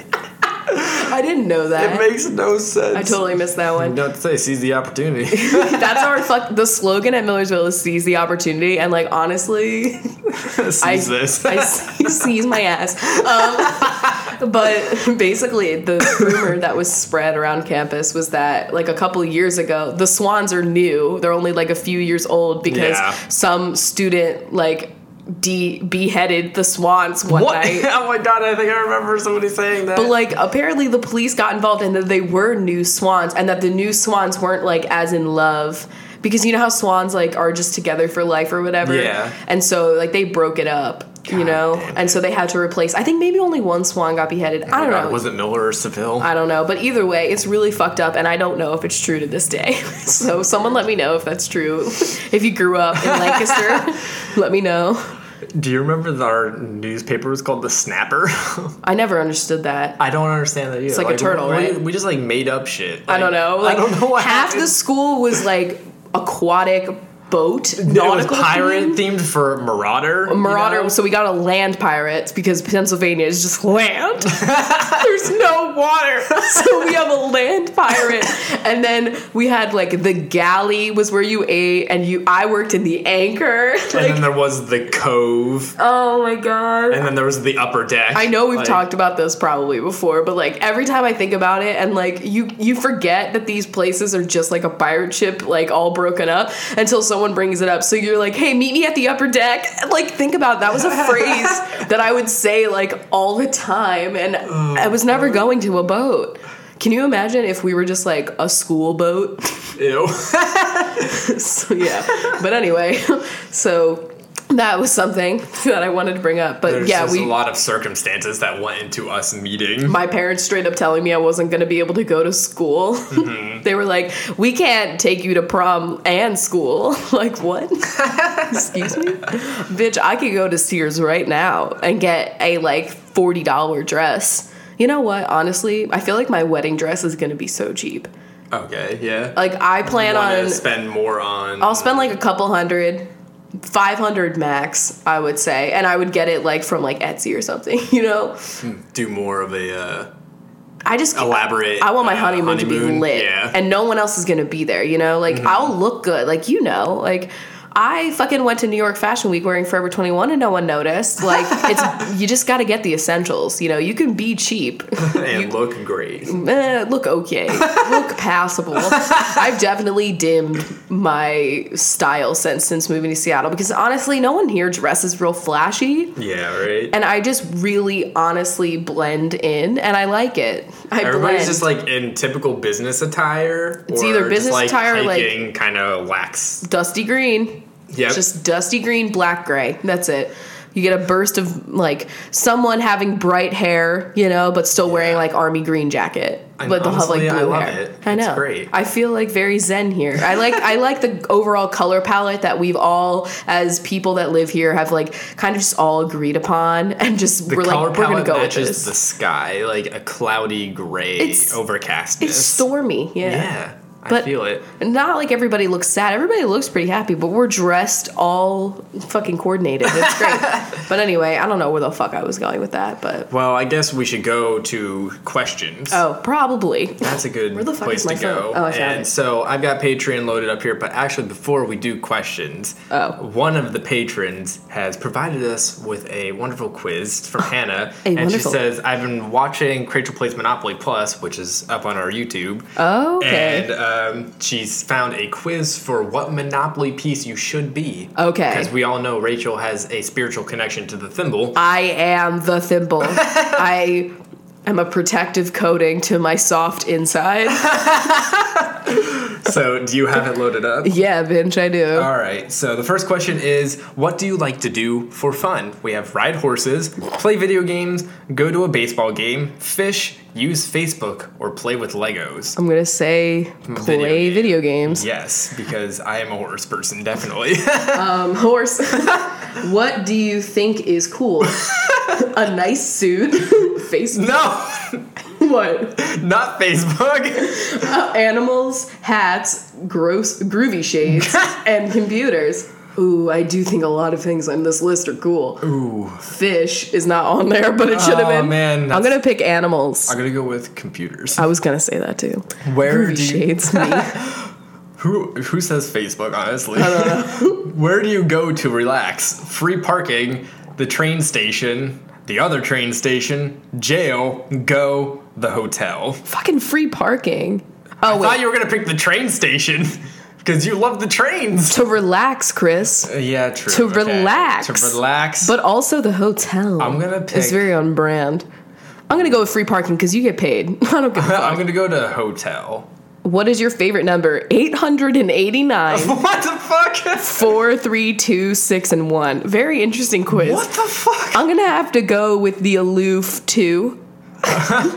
I didn't know that. It makes no sense. I totally missed that one. Don't say seize the opportunity. That's our fuck. The slogan at Millersville is "Seize the opportunity," and like honestly, seize I this. I seize my ass. Um, but basically, the rumor that was spread around campus was that like a couple years ago, the Swans are new. They're only like a few years old because Yeah. some student like de- beheaded the Swans one what? night. oh my god! I think I remember somebody saying that. But like apparently the police got involved and that they were new swans and that the new swans weren't like as in love because you know how swans like are just together for life or whatever. Yeah. And so like they broke it up, you God know. damn And it. so they had to replace I think maybe only one swan got beheaded. I Oh don't my God, know. Was it Miller or Seville? I don't know, but either way, it's really fucked up, and I don't know if it's true to this day. so, someone let me know if that's true. if you grew up in Lancaster, let me know. Do you remember that our newspaper was called the Snapper? I never understood that. I don't understand that either. It's like a turtle, we, right? We just like made up shit. I don't know. Like, I don't know what half happened. the school was like aquatic boat, It was nautical pirate pirate themed for Marauder. you marauder. know? So we got a land pirates because Pennsylvania is just land. There's no water, so we have a land pirate. And then we had like the galley was where you ate, and you I worked in the anchor. and Like, then there was the Cove, oh my god. and then there was the Upper Deck. I know we've Like, talked about this probably before, but like every time I think about it, and like you you forget that these places are just like a pirate ship, like all broken up until someone brings it up. So you're like, hey, meet me at the upper deck. Like think about that was a phrase that I would say like all the time, and I was never going to a boat. Can you imagine if we were just like a school boat? Ew. so yeah. But anyway, so that was something that I wanted to bring up. But There's yeah, just we a lot of circumstances that went into us meeting. my parents straight up telling me I wasn't going to be able to go to school. they were like, "We can't take you to prom and school." like, what? Excuse me? Bitch, I could go to Sears right now and get a like $40 dress. You know what? Honestly, I feel like my wedding dress is going to be so cheap. Okay, yeah. Like I plan Wanna on spend more on. I'll spend like a couple hundred 500 max, I would say, and I would get it like from like Etsy or something, you know? do more of a uh, I just elaborate. I want my uh, honeymoon, to be honeymoon. lit, Yeah. Mm-hmm. and no one else is gonna be there. You know, like I'll look good, like you know, like I fucking went to New York Fashion Week wearing Forever Twenty One, and no one noticed. Like it's you just got to get the essentials. You know, you can be cheap, and look great. Eh, look okay, look passable. I've definitely dimmed my style sense since moving to Seattle because honestly, no one here dresses real flashy. Yeah, right. And I just really honestly blend in and I like it. I Everybody's blend. just like in typical business attire. It's or either just, business like, attire or, like- hiking, kind of lax. dusty green. Yep. Just dusty green, black, gray. That's it. You get a burst of like someone having bright hair, you know, but still wearing like army green jacket. And but they'll have like honestly, I blue love hair. it. I It's know. great. I feel like very zen here. I like I like the overall color palette that we've all as people that live here have like kind of just all agreed upon and just the we're color like we're palette gonna go with matches this. the sky, like a cloudy gray It's- overcastness. it's stormy, yeah, I But- feel it. not like everybody looks sad. Everybody looks pretty happy, but we're dressed all fucking coordinated. It's great. but anyway, I don't know where the fuck I was going with that, but Well, I guess we should go to questions. oh, probably. That's a good Where the fuck place is my to go. phone? Oh, I found and it. so I've got Patreon loaded up here, but actually, before we do questions, Oh. one of the patrons has provided us with a wonderful quiz from Hannah. A and wonderful- she says, I've been watching Cradle Plays Monopoly Plus, which is up on our YouTube. Oh, Okay. And um, she's found a quiz for what Monopoly piece you should be. Okay. Because we all know Rachel has a spiritual connection to the thimble. I am the thimble. I am a protective coating to my soft inside. so do you have it loaded up? Yeah, bitch, I do. All right. So the first question is, what do you like to do for fun? We have ride horses, play video games, go to a baseball game, fish, use Facebook, or play with Legos. I'm gonna say play game. video, games. Yes, because I am a horse person, definitely. Um, horse. what do you think is cool? a nice suit, Facebook. no, What? not Facebook. animals, hats, gross groovy shades, and computers. ooh, I do think a lot of things on this list are cool. Ooh. Fish is not on there, but it should have Oh, been. man, I'm that's- going to pick animals. I'm gonna go with computers. I was going to say that too. Where Groovy do you- shades me. Who who says Facebook? Honestly, where do you go to relax? Free parking, the train station, the other train station, jail, go the hotel. Fucking free parking. Oh, I thought wait. you were gonna pick the train station because you love the trains. to relax, Chris, Uh, Yeah, true. To okay. relax. To relax. but also the hotel. I'm gonna pick- It's very on brand. I'm going to go with free parking because you get paid. I don't give a fuck. I'm gonna go to hotel. What is your favorite number? 889, What the fuck? 4, 3, 2, 6, and 1. Very interesting quiz. What the fuck? I'm gonna have to go with the aloof 2. Uh,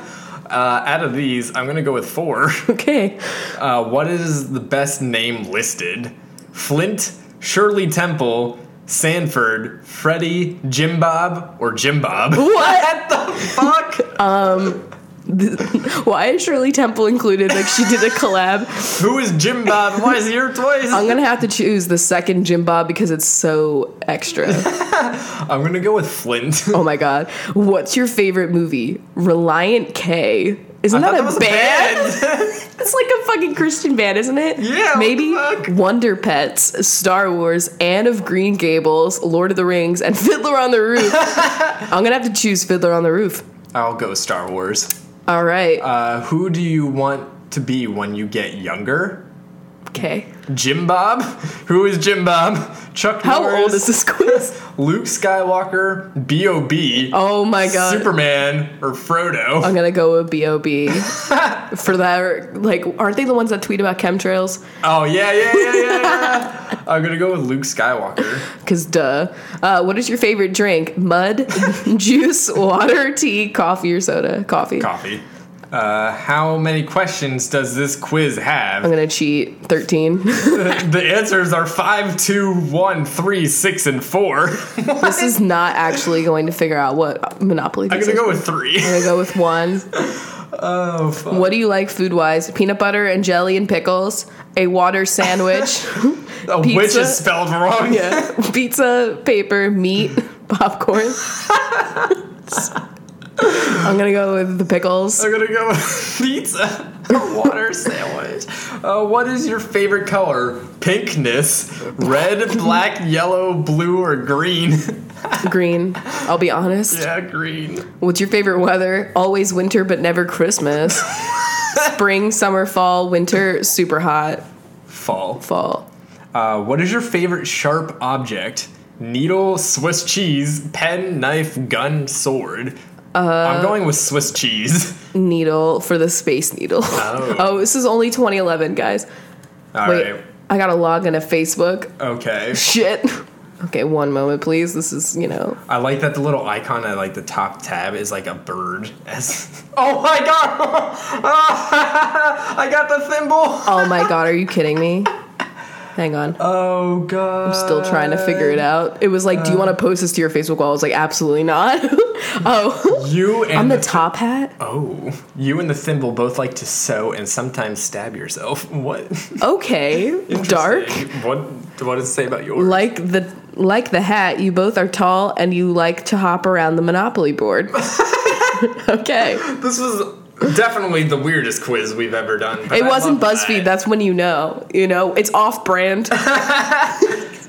out of these, I'm gonna go with four. Okay. Uh, what is the best name listed? Flint, Shirley Temple, Sanford, Freddie, Jim Bob, or Jim Bob? What? the fuck? Why is Shirley Temple included? Like she did a collab. Who is Jim Bob? Why is he here twice? I'm gonna have to choose the second Jim Bob because it's so extra. I'm gonna go with Flint. Oh my god. What's your favorite movie? Reliant K. Isn't that, a band? It's like a fucking Christian band, isn't it? Yeah, what Maybe the fuck? Wonder Pets, Star Wars, Anne of Green Gables, Lord of the Rings, and Fiddler on the Roof. I'm gonna have to choose Fiddler on the Roof. I'll go Star Wars. All right. Uh, who do you want to be when you get younger? okay. Jim Bob? Who is Jim Bob? Chuck How Norris? old is this quiz? Luke Skywalker, B.O.B., Oh my god. Superman, or Frodo? I'm gonna go with B.O.B. for that. Like, aren't they the ones that tweet about chemtrails? Oh yeah, yeah, yeah, yeah. yeah. I'm gonna go with Luke Skywalker. Because, duh. Uh, what is your favorite drink? Mud, juice, water, tea, coffee, or soda? Coffee. Coffee. Uh, how many questions does this quiz I'm have? gonna cheat 13. the answers are five, two, one, three, six, and four. this is not actually going to figure out what Monopoly I'm is. gonna go with three. I'm gonna go with one. Oh fuck. What do you like food wise? Peanut butter and jelly and pickles, a water sandwich, A Pizza. witch is spelled wrong. yeah, pizza, paper, meat, popcorn. I'm gonna go with the pickles. I'm gonna go with pizza. A Water sandwich. Uh, what is your favorite color? Pinkness, red, black, yellow, blue, or green? Green. I'll be honest. yeah, green. What's your favorite weather? Always winter, but never Christmas. Spring, summer, fall, winter, super hot, Fall. fall. Uh, what is your favorite sharp object? Needle, Swiss cheese, pen, knife, gun, sword. Uh, I'm going with Swiss cheese. Needle for the space needle. Oh. oh this is only 2011, guys. All Wait, right. I gotta log into Facebook. Okay. Shit. Okay, one moment, please. This is, you know. I like that the little icon at like the top tab is like a bird. As oh my god! I got the thimble. Oh my god, are you kidding me? Hang on. Oh god! I'm Still trying to figure it out. It was like, do you want to post this to your Facebook wall? I was like, absolutely not. oh. You and I'm the the top hat? oh, you and the thimble both like to sew and sometimes stab yourself. What? Okay. Dark. Interesting. What? What does it say about yours? Like the like the hat, you both are tall and you like to hop around the Monopoly board. okay. This was definitely the weirdest quiz we've ever done. but It I wasn't love BuzzFeed. that. That's when you know. You know, it's off brand.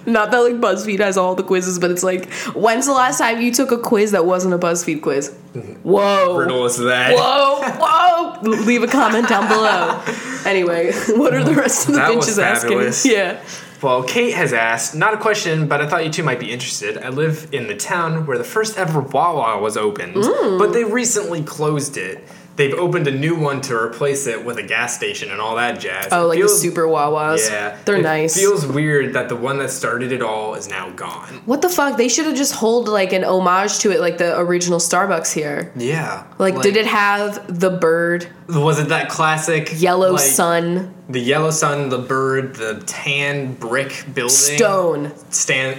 Not that like BuzzFeed has all the quizzes, but it's like, when's the last time you took a quiz that wasn't a BuzzFeed quiz? Whoa. Mm-hmm. Brutal is that. Whoa, whoa! Leave a comment down below. Anyway, what are the rest of the That benches was asking? fabulous. Yeah. Well, Kate has asked, not a question, but I thought you two might be interested. I live in the town where the first ever Wawa was opened, Mm. but they recently closed it. They've opened a new one to replace it with a gas station and all that jazz. Oh, It like feels- the super Wawas. Yeah, They're it nice. Feels weird that the one that started it all is now gone. what the fuck? They should have just hold like an homage to it, like the original Starbucks here. Yeah, Like, did it have the bird, Was it that classic yellow like, sun, The yellow sun, the bird, the tan brick building. stone? Stan.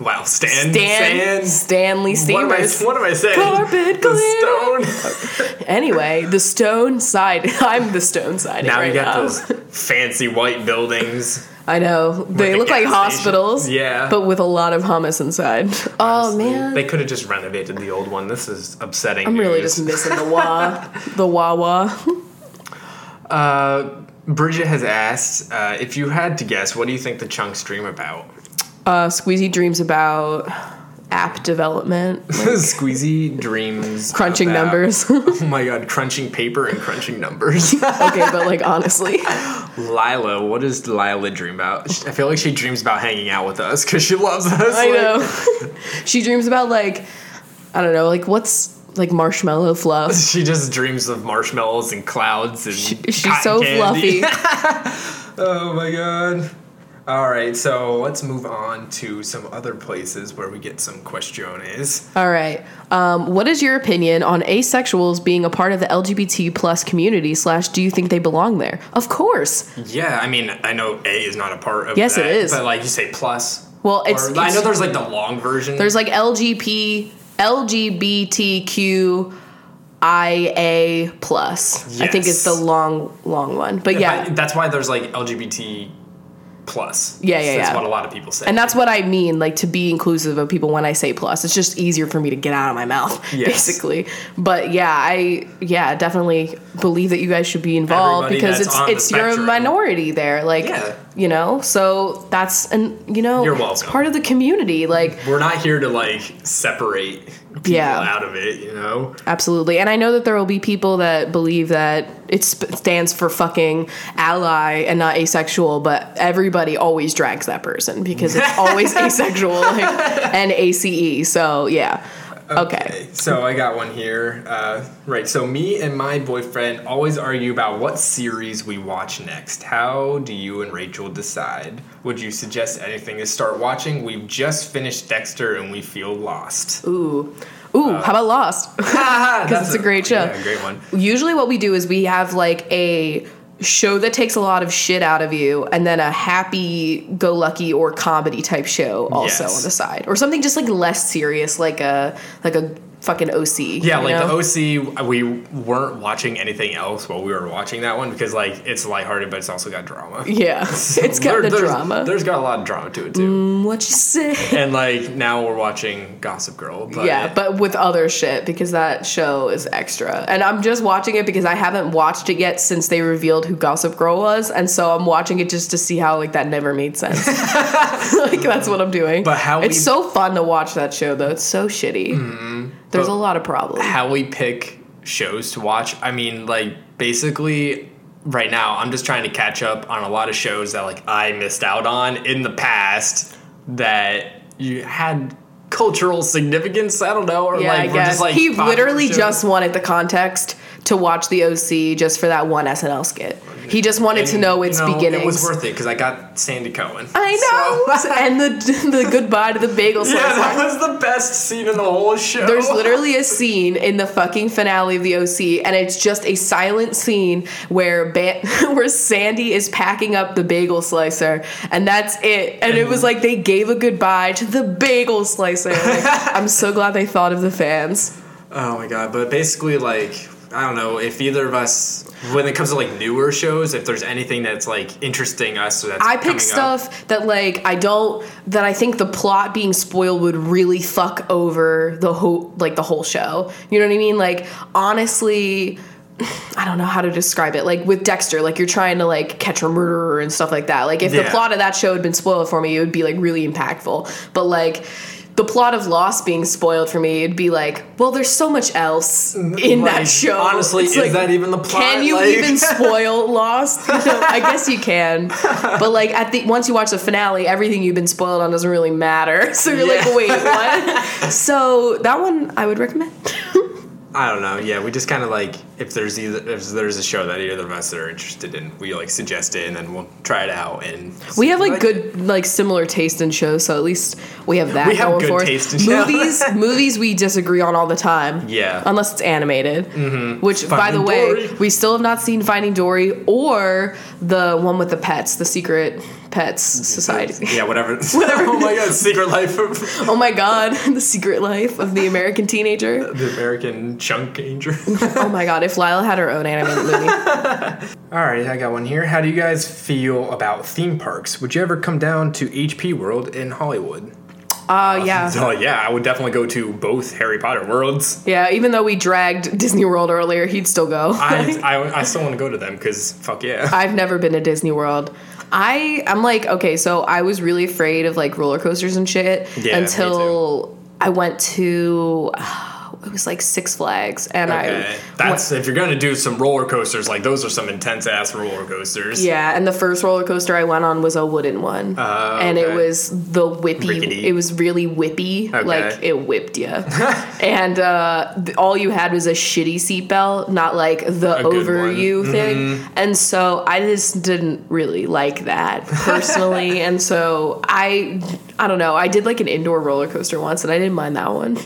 Wow, Stan. Stan, Stan. Stanley What am, I, Steamers. what am I saying? Carpet the glitter. stone. Anyway, the stone side. I'm the stone side. now right you uh, got now. those fancy white buildings. I know they the look like gas hospitals. station. Yeah. but with a lot of hummus inside. Oh Honestly, man, They could have just renovated the old one. This is upsetting. I'm really news. just missing the wah, the Wawa. Uh, Bridget has asked uh, if you had to guess, what do you think the chunks dream about? Uh, Squeezy dreams about app development, Squeezy dreams crunching about- numbers. okay, Oh my god, crunching paper and crunching numbers. but like honestly, Lila, what does Lila dream about? Sh- I feel like she dreams about hanging out with us because she loves us. I Like, know she dreams about like I don't know, like what's like marshmallow fluff. She just dreams of marshmallows and clouds and she, She's so fluffy. Oh my god. All right, so let's move on to some other places where we get some questiones. All right. Um, what is your opinion on asexuals being a part of the LGBT plus community? Slash, do you think they belong there? Of course. Yeah, I mean, I know A is not a part of Yes, it that, is. But like you say plus. Well, it's- Or- I know it's- there's like the long version. There's like LGP, LGBTQIA plus. I think Yes. it's the long, long one. But yeah, I- that's why there's like LGBT plus. Yeah, yeah, That's yeah. what a lot of people say. and that's what I mean, like to be inclusive of people when I say plus. It's just easier for me to get out of my mouth, Yes. basically. But yeah, I yeah definitely believe that you guys should be involved Everybody because that's it's on the it's you're a spectrum. minority there, like Yeah. you know. So that's and you know You're it's welcome. part of the community, like We're not here to like separate people Yeah. out of it, you know? absolutely. And I know that there will be people that believe that it sp- stands for fucking ally and not asexual, but everybody always drags that person because it's always asexual like, and ace. So yeah, okay. So I got one here. Uh, right. So me and my boyfriend always argue about what series we watch next. How do you and Rachel decide? Would you suggest anything to start watching? We've just finished Dexter and we feel lost. Ooh. Ooh, how about Lost? Because it's a great show. Yeah, great one. Usually, what we do is we have like a show that takes a lot of shit out of you, and then a happy go lucky or comedy type show also Yes. on the side, or something just like less serious, like a like a fucking OC. Yeah, you like know? the OC, we weren't watching anything else while we were watching that one because like it's lighthearted, but it's also got drama. Yeah, it's There- got the there's- drama. Mm. There's got a lot of drama to it too. what you say? And like now we're watching Gossip Girl. But Yeah, but with other shit because that show is extra. And I'm just watching it because I haven't watched it yet since they revealed who Gossip Girl was, and so I'm watching it just to see how like that never made sense. like that's what I'm doing. But how It's we- Mm-hmm. so fun to watch that show though. It's so shitty. There's But- a lot of problems. how we pick shows to watch. I mean, like basically right now I'm just trying to catch up on a lot of shows that like I missed out on in the past that you had cultural significance. I don't know, or Yeah, like I were guess just like he popular literally shows. just wanted the context to watch the OC just for that one SNL skit. He just wanted to And, know its you beginnings. It was worth it because I got Sandy Cohen. I know, So- and the the goodbye to the bagel slice. yeah, that was the best scene in the whole show. There's literally a scene in the fucking finale of the OC, and it's just a silent scene where ba- where Sandy is packing up the bagel slicer, and that's it. And it was like they gave a goodbye to the bagel slicer. Like, I'm so glad they thought of the fans. Oh my god! But basically, like I don't know if either of us, when it comes to like newer shows, if there's anything that's like interesting us, so that's I pick coming up. stuff that like I don't that I think the plot being spoiled would really fuck over the whole like the whole show. You know what I mean? Like honestly, I don't know how to describe it. Like with Dexter, like you're trying to like catch a murderer and stuff like that. Like if Yeah. the plot of that show had been spoiled for me, it would be like really impactful. But like the plot of Lost being spoiled for me, it'd be like, well, there's so much else in Mm, Like, that show. honestly, It's is that even the plot? Can you Like- even spoil Lost? You know, I guess you can, but like at the once you watch the finale, everything you've been spoiled on doesn't really matter. So you're Yeah. like, wait, what? so that one I would recommend. I don't know. Yeah, we just kind of like if there's either if there's a show that either of us are interested in, we like suggest it and then we'll try it out. And see We if have like it. good, like similar taste in shows, so at least we have that We have going good for us. taste in shows. movies, movies we disagree on all the time. Yeah. unless it's animated. Mm-hmm. Which, by Finding the way, Dory. we still have not seen Finding Dory or the one with the pets, the secret Pets Society. Yeah, whatever. oh my god, Secret Life of Oh my god, the secret life of the American teenager. the American Chunk Angel. Oh my god, if Lila had her own animated movie. All right, I got one here. How do you guys feel about theme parks? Would you ever come down to HP World in Hollywood? Oh yeah. So yeah, I would definitely go to both Harry Potter worlds. Yeah, even though we dragged Disney World earlier, he'd still go. I, I, I still want to go to them because fuck yeah. I've never been to Disney World. I I'm like okay, so I was really afraid of like roller coasters and shit Yeah, me until I went to it was like Six Flags and Okay. I uh, That's if you're gonna do some roller coasters, like those are some intense ass roller coasters. yeah, and the first roller coaster I went on was a wooden one, Oh, and it okay. was the whippy. Rickety. It was really whippy, Okay. like it whipped you. and uh, th- all you had was a shitty seatbelt, not like the A good over one. Mm-hmm. you thing. And so I just didn't really like that personally. and so I, I don't know. I did like an indoor roller coaster once, and I didn't mind that one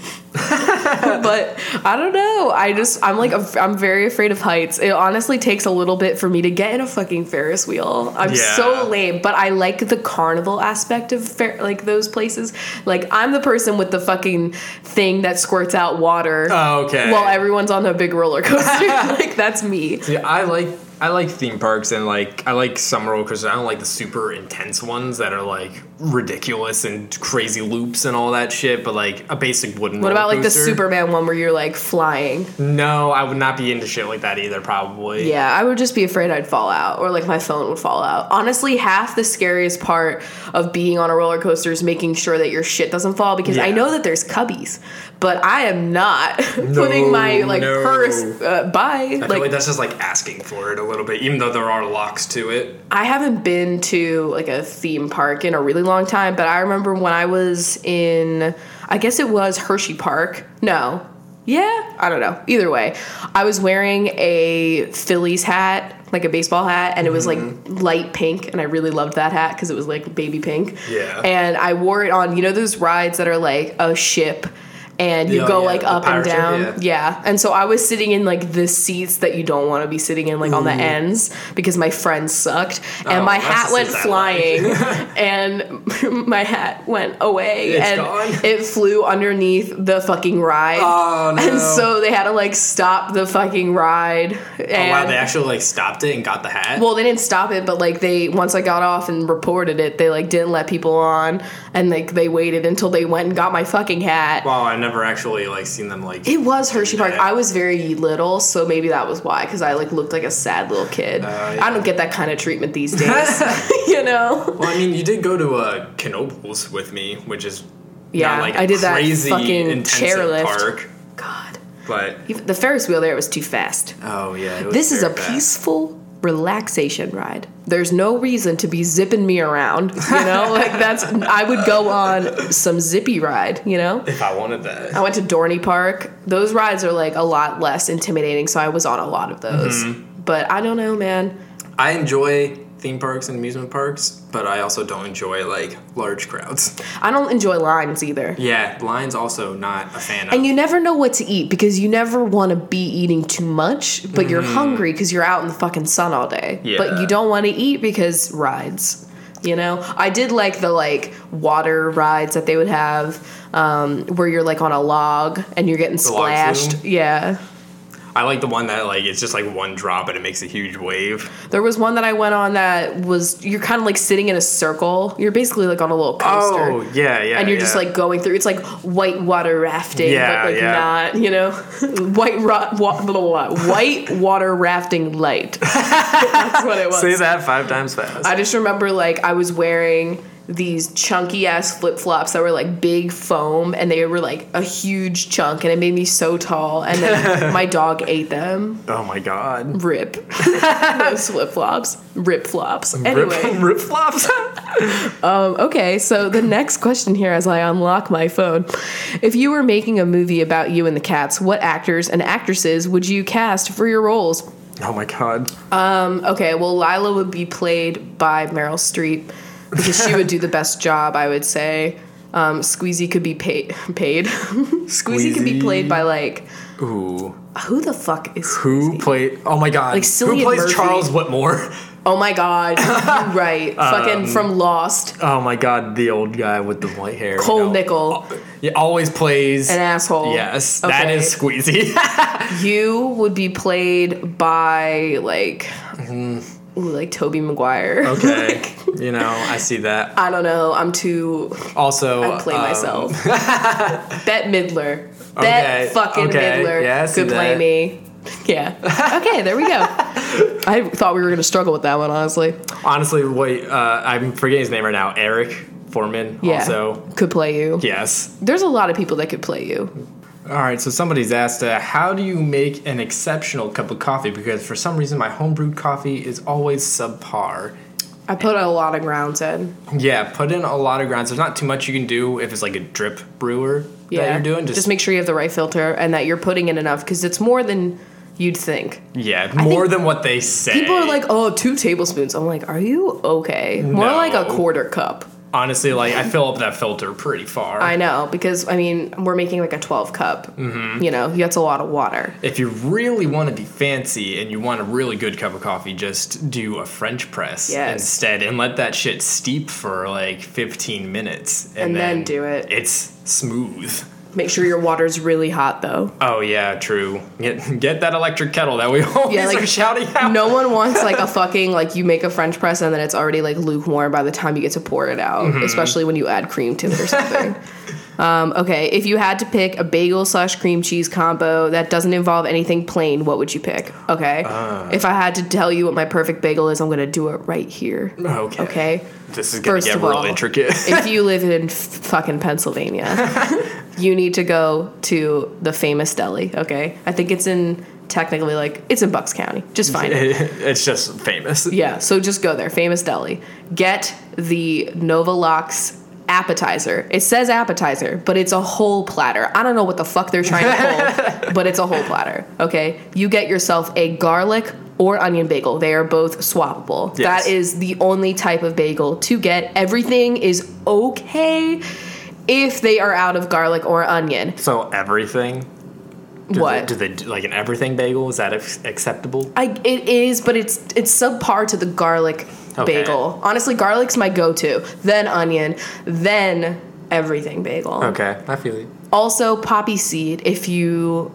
but I don't know. I just I'm like af- I'm very afraid of heights. It honestly takes a little bit for me to get in a fucking Ferris wheel. I'm Yeah. so lame, but I like the carnival aspect of fair, like those places. Like I'm the person with the fucking thing that squirts out water Oh, okay. while everyone's on a big roller coaster. like that's me. Yeah, I like I like theme parks and like I like some roller coasters. I don't like the super intense ones that are like ridiculous and crazy loops and all that shit. But like a basic wooden. What roller about like the coaster- Superman one where you're like flying? No, I would not be into shit like that either. Probably. Yeah, I would just be afraid I'd fall out or like my phone would fall out. Honestly, half the scariest part of being on a roller coaster is making sure that your shit doesn't fall because I Yeah. know that there's cubbies, but I am not putting my like no. purse uh, by. I feel like, like that's just like asking for it a little bit, even though there are locks to it. I haven't been to like a theme park in a really long time, but I remember when I was in, I guess it was Hershey Park. No. Yeah, I don't know. Either way, I was wearing a Phillies hat, like a baseball hat, and it was Mm-hmm. like light pink, and I really loved that hat because it was like baby pink. Yeah. And I wore it on, you know, those rides that are like a ship and you Yeah, go yeah, like the up and pirate ship, down. yeah. Yeah, and so I was sitting in like the seats that you don't want to be sitting in, like on the ends, because my friends sucked, and Mm. Oh, my that's hat the went seats I flying, and my hat went away, It's and gone? it flew underneath the fucking ride. Oh, no. And so they had to like stop the fucking ride. Oh, And wow, they actually like stopped it and got the hat. well, they didn't stop it, but like they once I got off and reported it, they like didn't let people on, and like they waited until they went and got my fucking hat. wow, I never actually like seen them like. It was Hershey Park. Yeah. I was very little, so maybe that was why, because I like looked like a sad little kid. Oh, yeah. I don't get that kind of treatment these days, you know. Well, I mean, you did go to uh, Knoebels with me, which is Yeah, not, like I a did that crazy fucking intensive chairlift. park, God, but Even- the Ferris wheel there was too fast. oh yeah, it was This is a very bad. peaceful relaxation ride. There's no reason to be zipping me around, you know. like that's I would go on some zippy ride, you know. If I wanted that, I went to Dorney Park. Those rides are like a lot less intimidating, so I was on a lot of those. Mm-hmm. But I don't know, man. I enjoy theme parks and amusement parks, but I also don't enjoy like large crowds. I don't enjoy lines either. Yeah, lines also not a fan of. And you never know what to eat because you never want to be eating too much, but you're hungry because you're out in the fucking sun all day. But Mm-hmm. Yeah. you don't want to eat because rides. You know, I did like the like water rides that they would have, um, where you're like on a log and you're getting log splashed. flume? Yeah, I like the one that like it's just like one drop and it makes a huge wave. there was one that I went on that was you're kind of like sitting in a circle. You're basically like on a little coaster, Oh, yeah, yeah. Oh. and you're just yeah. like going through. It's like white water rafting, Yeah, but like yeah. not, you know, white ro- wa- blah, blah, blah. white water rafting light. That's what it was. say that five times fast. I just remember like I was wearing these chunky ass flip flops that were like big foam, and they were like a huge chunk, and it made me so tall. And then my dog ate them. oh my god. Rip those flip flops. Rip flops. Anyway. Rip, rip flops. Okay, so the next question here as I unlock my phone. If you were making a movie about you and the cats, what actors and actresses would you cast for your roles? oh my god. Um, okay, well, Lila would be played by Meryl Streep because she would do the best job, I would say. Um, Squeezy could be paid. paid. Squeezy could Squeezy. be played by, like, Ooh. who the fuck is Who played? Oh my god! Cillian who plays Murphy. Charles Whitmore? Oh my god, you're right. Um, Fucking from Lost. Oh my god, the old guy with the white hair. Cole you know. Nickel. He always plays An asshole. Yes, that Okay. is squeezy. You would be played by like ooh, like Toby Maguire. Mm-hmm. okay, Like, you know I see that. I don't know. I'm too Also, I play um, myself. Bet Midler. Bet Okay, fucking okay, Midler yeah, I see could play that. me. Yeah. Okay, there we go. I thought we were gonna struggle with that one, honestly. Honestly, wait, uh, I'm forgetting his name right now. Eric Foreman. Yeah. Also, could play you. yes. There's a lot of people that could play you. All right, so somebody's asked, uh, how do you make an exceptional cup of coffee? Because for some reason, my homebrewed coffee is always subpar. I put a lot of grounds in. Yeah, put in a lot of grounds. There's not too much you can do if it's like a drip brewer Yeah. that you're doing. Just, just make sure you have the right filter and that you're putting in enough because it's more than you'd think. yeah, more think than what they say. People are like, oh, two tablespoons. I'm like, are you okay? More No. like a quarter cup. honestly, like I fill up that filter pretty far. I know because I mean we're making like a 12 cup. You know that's a lot of water. if you really want to be fancy and you want a really good cup of coffee, just do a French press Yes. instead and let that shit steep for like 15 minutes. And, And then do it. It's smooth. Make sure your water's really hot though. Oh, yeah, true. Get, get that electric kettle that we always like, are shouting out. No one wants like a fucking like you make a French press and then it's already like lukewarm by the time you get to pour it out, especially when you add cream to it or something. um, okay, if you had to pick a bagel slash cream cheese combo that doesn't involve anything plain, what would you pick? Okay, if I had to tell you what my perfect bagel is, I'm gonna do it right here. Okay. Okay. This is going First to get of real all, intricate. if you live in f- fucking Pennsylvania, you need to go to the famous deli. Okay, I think it's in technically like it's in Bucks County. Just find it. it's just famous. Yeah, so just go there. Famous deli. Get the Novalox appetizer. It says appetizer, but it's a whole platter. I don't know what the fuck they're trying to pull, but it's a whole platter. Okay, you get yourself a garlic. Or onion bagel. They are both swappable. Yes. That is the only type of bagel to get. Everything is okay if they are out of garlic or onion. So everything. Do They, What? do they do like an everything bagel? Is that ac- acceptable? I, it is, but it's it's subpar to the garlic Okay. bagel. Honestly, garlic's my go-to. Then onion, then everything bagel. Okay, I feel you. Also, poppy seed. If you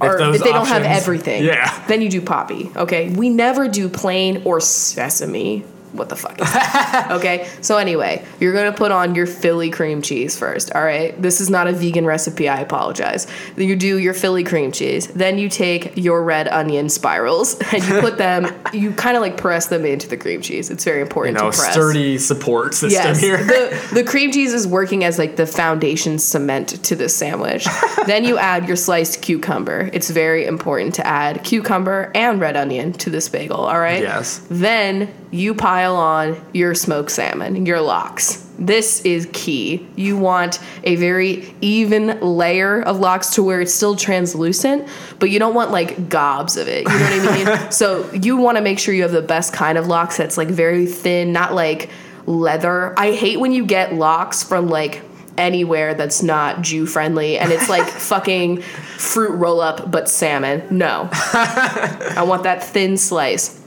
or if, those they don't have options- everything, Yeah. then you do poppy. Okay, we never do plain or sesame. What the fuck? Is that? okay, so anyway, you're gonna put on your Philly cream cheese first. All right, this is not a vegan recipe. I apologize. Then you do your Philly cream cheese. Then you take your red onion spirals and you put them. you kind of like press them into the cream cheese. It's very You important know, to press. sturdy support system Yes, here. the the cream cheese is working as like the foundation cement to this sandwich. then you add your sliced cucumber. It's very important to add cucumber and red onion to this bagel. All right. Yes. Then you pile on your smoked salmon, your lox. This is key. You want a very even layer of lox to where it's still translucent, but you don't want like gobs of it. You know what I mean? so you want to make sure you have the best kind of lox that's like very thin, not like leather. I hate when you get locks from like anywhere that's not Jew friendly and it's like fucking fruit roll up but salmon. No. I want that thin slice.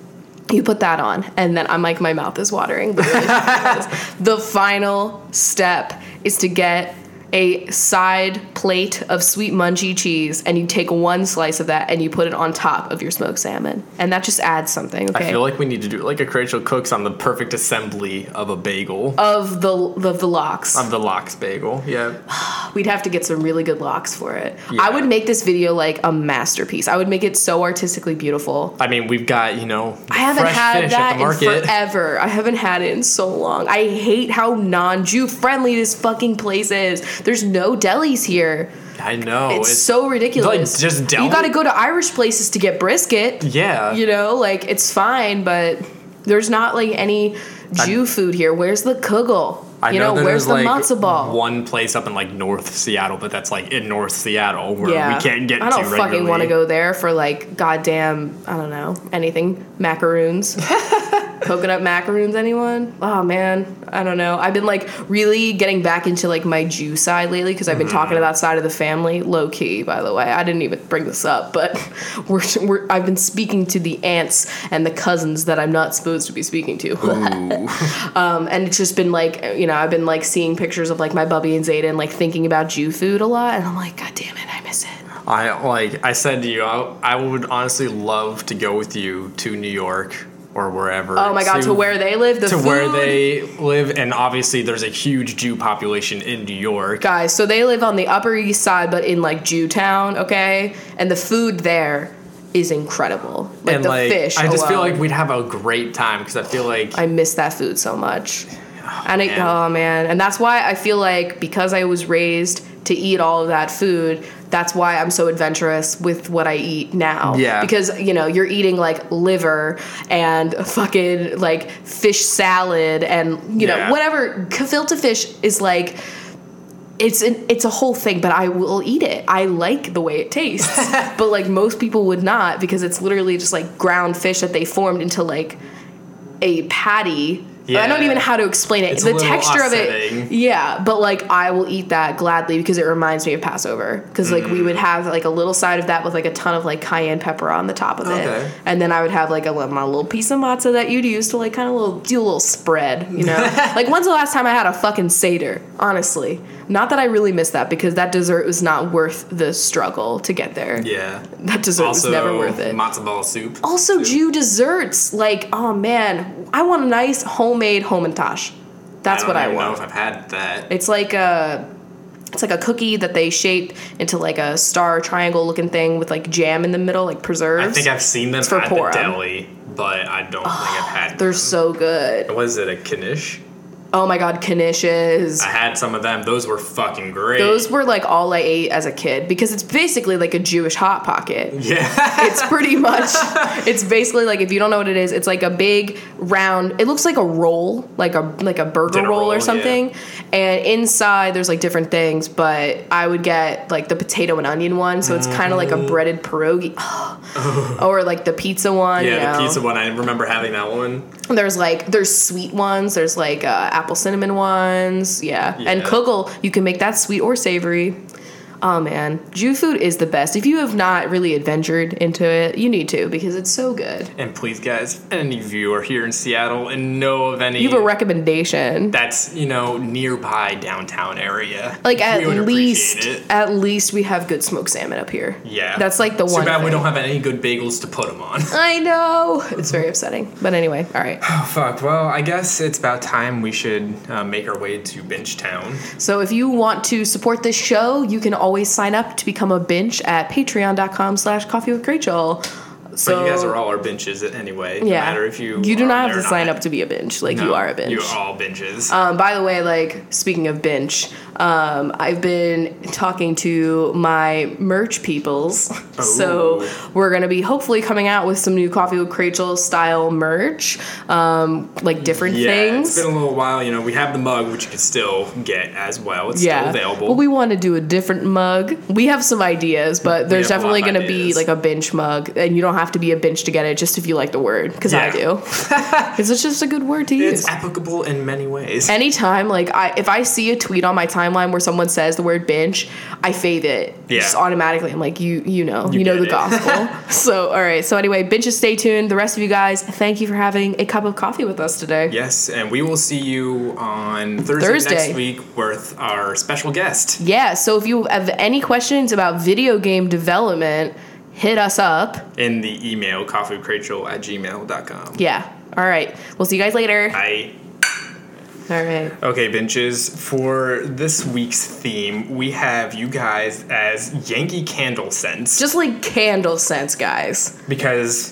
You put that on, and then I'm like, my mouth is watering. literally. the final step is to get a side plate of sweet munchie cheese, and you take one slice of that and you put it on top of your smoked salmon, and that just adds something. Okay, I feel like we need to do like a Rachel Cooks on the perfect assembly of a bagel. of the of the locks. of the lox bagel. Yeah. We'd have to get some really good locks for it. Yeah. I would make this video like a masterpiece. I would make it so artistically beautiful. I mean, we've got, you know, the I haven't fresh had fish that at the in market. forever. I haven't had it in so long. I hate how non-Jew friendly this fucking place is. There's no delis here. I know. It's, so ridiculous. Oh, like, just deli- you got to go to Irish places to get brisket. Yeah. You know, like it's fine, but there's not like any Jew food here. Where's the kugel? I you know, know, that where's the there's, like, matzo ball? One place up in like North Seattle, but that's like in North Seattle where we can't get I don't to fucking regularly. want to go there for like goddamn I don't know anything macaroons. coconut macaroons, anyone? Oh man, I don't know. I've been like really getting back into like my Jew side lately because I've been Mm-hmm. talking to that side of the family, low key. By the way, I didn't even bring this up, but we're, we're I've been speaking to the aunts and the cousins that I'm not supposed to be speaking to. Ooh. Um, and it's just been like, you know, I've been like seeing pictures of like my bubby and Zayden like thinking about Jew food a lot, and I'm like, God damn it, I miss it. I like I said to you, I, I would honestly love to go with you to New York or wherever. Oh my god, to where they live, the to food. where they live, and obviously there's a huge Jew population in New York. guys. So they live on the Upper East Side, but in like Jewtown, okay? And the food there is incredible. Like and the like, fish. I just feel alone. like we'd have a great time because I feel like I miss that food so much. and it, man. oh man, and that's why I feel like because I was raised to eat all of that food, that's why I'm so adventurous with what I eat now. Yeah. Because you know you're eating like liver and fucking like fish salad and you Yeah. know whatever gefilte fish is like. It's an, it's a whole thing, but I will eat it. I like the way it tastes, but like most people would not because it's literally just like ground fish that they formed into like a patty. I don't Yeah. even know how to explain it. It's a the little texture of it. upsetting. Yeah, but like I will eat that gladly because it reminds me of Passover. Because like Mm. we would have like a little side of that with like a ton of like cayenne pepper on the top of Okay. it, and then I would have like a li- my little piece of matzah that you'd use to like kind of little do a little spread. You know, like when's the last time I had a fucking seder? Honestly, not that I really miss that because that dessert was not worth the struggle to get there. yeah. That dessert Also, was never worth it Oh, matzo ball soup. also Soup. Jew desserts. Like, oh man, I want a nice homemade homintage. That's I don't what I even want. Know if I've had that. It's like a it's like a cookie that they shape into like a star triangle looking thing with like jam in the middle, like preserves. I think I've seen them for at Purim. the deli, but I don't think I've had. They're them. so good. Was it a knish? Oh my god, knishes. I had some of them. Those were fucking great. Those were like all I ate as a kid because it's basically like a Jewish hot pocket. yeah. It's pretty much it's basically like if you don't know what it is, it's like a big round it looks like a roll, like a like a burger Dinner roll, roll, or yeah. something. And inside there's like different things, but I would get like the potato and onion one, so it's kinda like a Mm. breaded pierogi. or like the pizza one. you yeah, the know? pizza one. I remember having that one. There's like there's sweet ones. There's like uh, apple cinnamon ones. Yeah. and Yeah. kugel you can make that sweet or savory. Oh man, Jew food is the best. If you have not really adventured into it, you need to because it's so good. And please, guys, if any of you are here in Seattle and know of any You have a recommendation. that's you know nearby downtown area, like we at would appreciate least, it. at least we have good smoked salmon up here. yeah, that's like the Too one. bad we thing. don't have any good bagels to put them on. I know it's very upsetting, but anyway, all right. oh fuck. Well, I guess it's about time we should uh, make our way to Benchtown. So if you want to support this show, you can always sign up to become a bench at patreon.com slash coffee with Rachel. So but you guys are all our benches anyway. No yeah. matter if you You do are not have there to or sign not. up to be a bench. Like you No, are a bench. You're all benches. Um, by the way, like speaking of bench, um, I've been talking to my merch peoples, so we're gonna be hopefully coming out with some new Coffee with Rachel style merch, um, like different yeah, things. it's been a little while. You know, we have the mug, which you can still get as well. It's still yeah, available. well, we want to do a different mug. We have some ideas, but there's have a lot definitely of going to be ideas. like a bench mug, and you don't have to be a bench to get it. Just if you like the word, because I Yeah. do, because it's just a good word to use. it's applicable in many ways. anytime like I if I see a tweet on my timeline where someone says the word binge, I fave it. Yeah. Just automatically. I'm like, you you know, you, get know the it. gospel. so all right. So anyway, binges stay tuned. The rest of you guys, thank you for having a cup of coffee with us today. yes, and we will see you on Thursday, Thursday. next week with our special guest. Yeah, so if you have any questions about video game development, hit us up. in the email coffeewithcrachel at gmail.com. Yeah. All right. We'll see you guys later. I All right. okay, benches. For this week's theme, we have you guys as Yankee candle scents Just like candle scents, guys. because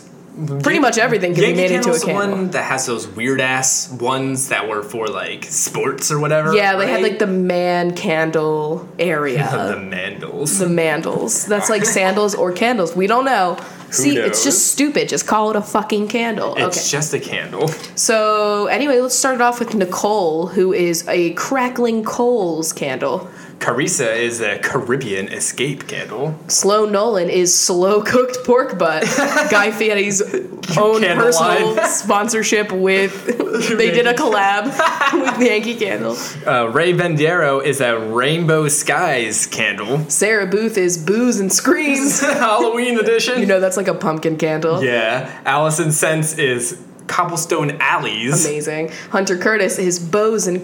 Pretty much everything can Yankee be made into a candle's the candle. one that has those weird ass ones that were for like sports or whatever. Yeah, they had right? like the man candle area. the mandals. the mandals. That's like sandals or candles. We don't know. See, it's knows? just stupid. Just call it a fucking candle. it's okay. just a candle. so anyway, let's start it off with Nicole, who is a crackling coals candle. Carissa is a Caribbean escape candle. Slow Nolan is slow cooked pork butt. Guy Fieri's own Candle personal line. sponsorship with they did a collab with Yankee Candle. Uh, Ray Vendero is a Rainbow Skies candle. Sarah Booth is booze and screams. Halloween edition. You know that's like a pumpkin candle. Yeah. Allison Sense is Cobblestone Alleys. Amazing. Hunter Curtis is bows and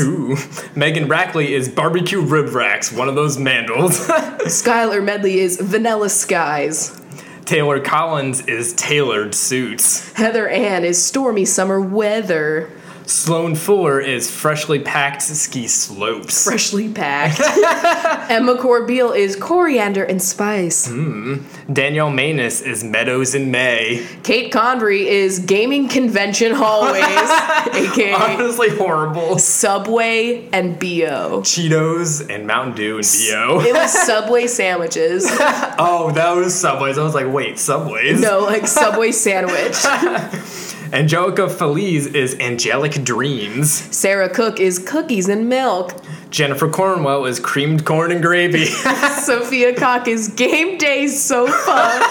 Ooh. Megan Rackley is Barbecue Rib Racks, one of those mandals. Skylar Medley is vanilla skies. Taylor Collins is Tailored Suits. Heather Ann is stormy summer weather. Sloan Fuller is Freshly Packed Ski Slopes. Freshly packed. Emma Corbeil is coriander and spice. Danielle Manus is Meadows in May. Kate Condry is gaming convention hallways, aka Honestly horrible. Subway and BO. Cheetos and Mountain Dew and BO. It was Subway sandwiches. Oh, that was Subways. I was like, wait, Subways? No, like Subway sandwich. Angelica Feliz is Angelic Dreams. Sarah Cook is cookies and milk. Jennifer Cornwell is Creamed Corn and Gravy. Sophia Cock is game day so fun.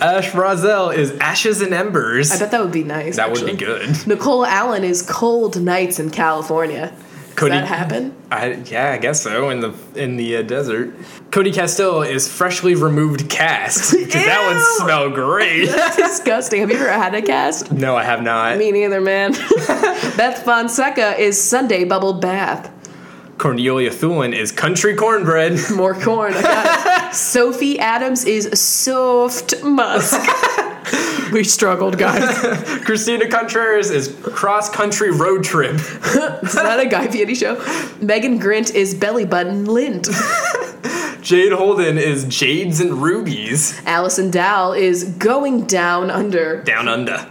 Ash Rozelle is Ashes and Embers. I bet that would be nice. that would actually. be good. Nicole Allen is cold nights in California. Does Cody- that happen? I, yeah, I guess so. In the in the uh, desert, Cody Castile is freshly removed cast. 'cause that would Ew! smell great. That's disgusting. Have you ever had a cast? no, I have not. Me neither, man. Beth Fonseca is Sunday bubble bath. Cornelia Thulin is country cornbread. More corn. I got it. Sophie Adams is soft musk. we struggled, guys. Christina Contreras is cross country road trip. Is that a Guy Fieri show? Megan Grint is belly button lint. Jade Holden is jades and rubies. Allison Dow is going down under. Down under.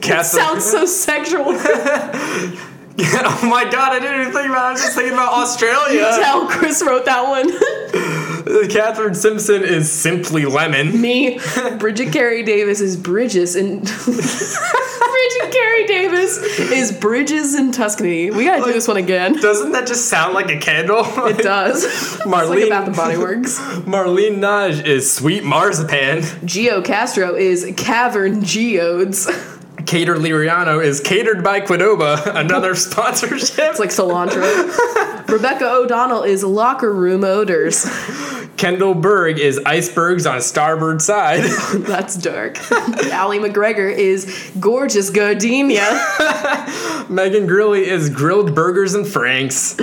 Catherine- Sounds so sexual. oh my god! I didn't even think about. it. I was just thinking about Australia. Tell Chris wrote that one. Catherine Simpson is simply lemon. Me. Bridget Carey Davis is Bridges and Bridget Carey Davis is Bridges in Tuscany. We gotta do this one again. Doesn't that just sound like a candle? It does. Marlene- it's like about the body works. Marlene Naj is sweet marzipan. Geo Castro is cavern geodes. It's Cater Liriano is catered by Quidoba. Another sponsorship. like cilantro. Rebecca O'Donnell is locker room odors. Kendall Berg is icebergs on starboard side. That's dark. Allie McGregor is gorgeous gardenia. Megan Grilly is grilled burgers and franks.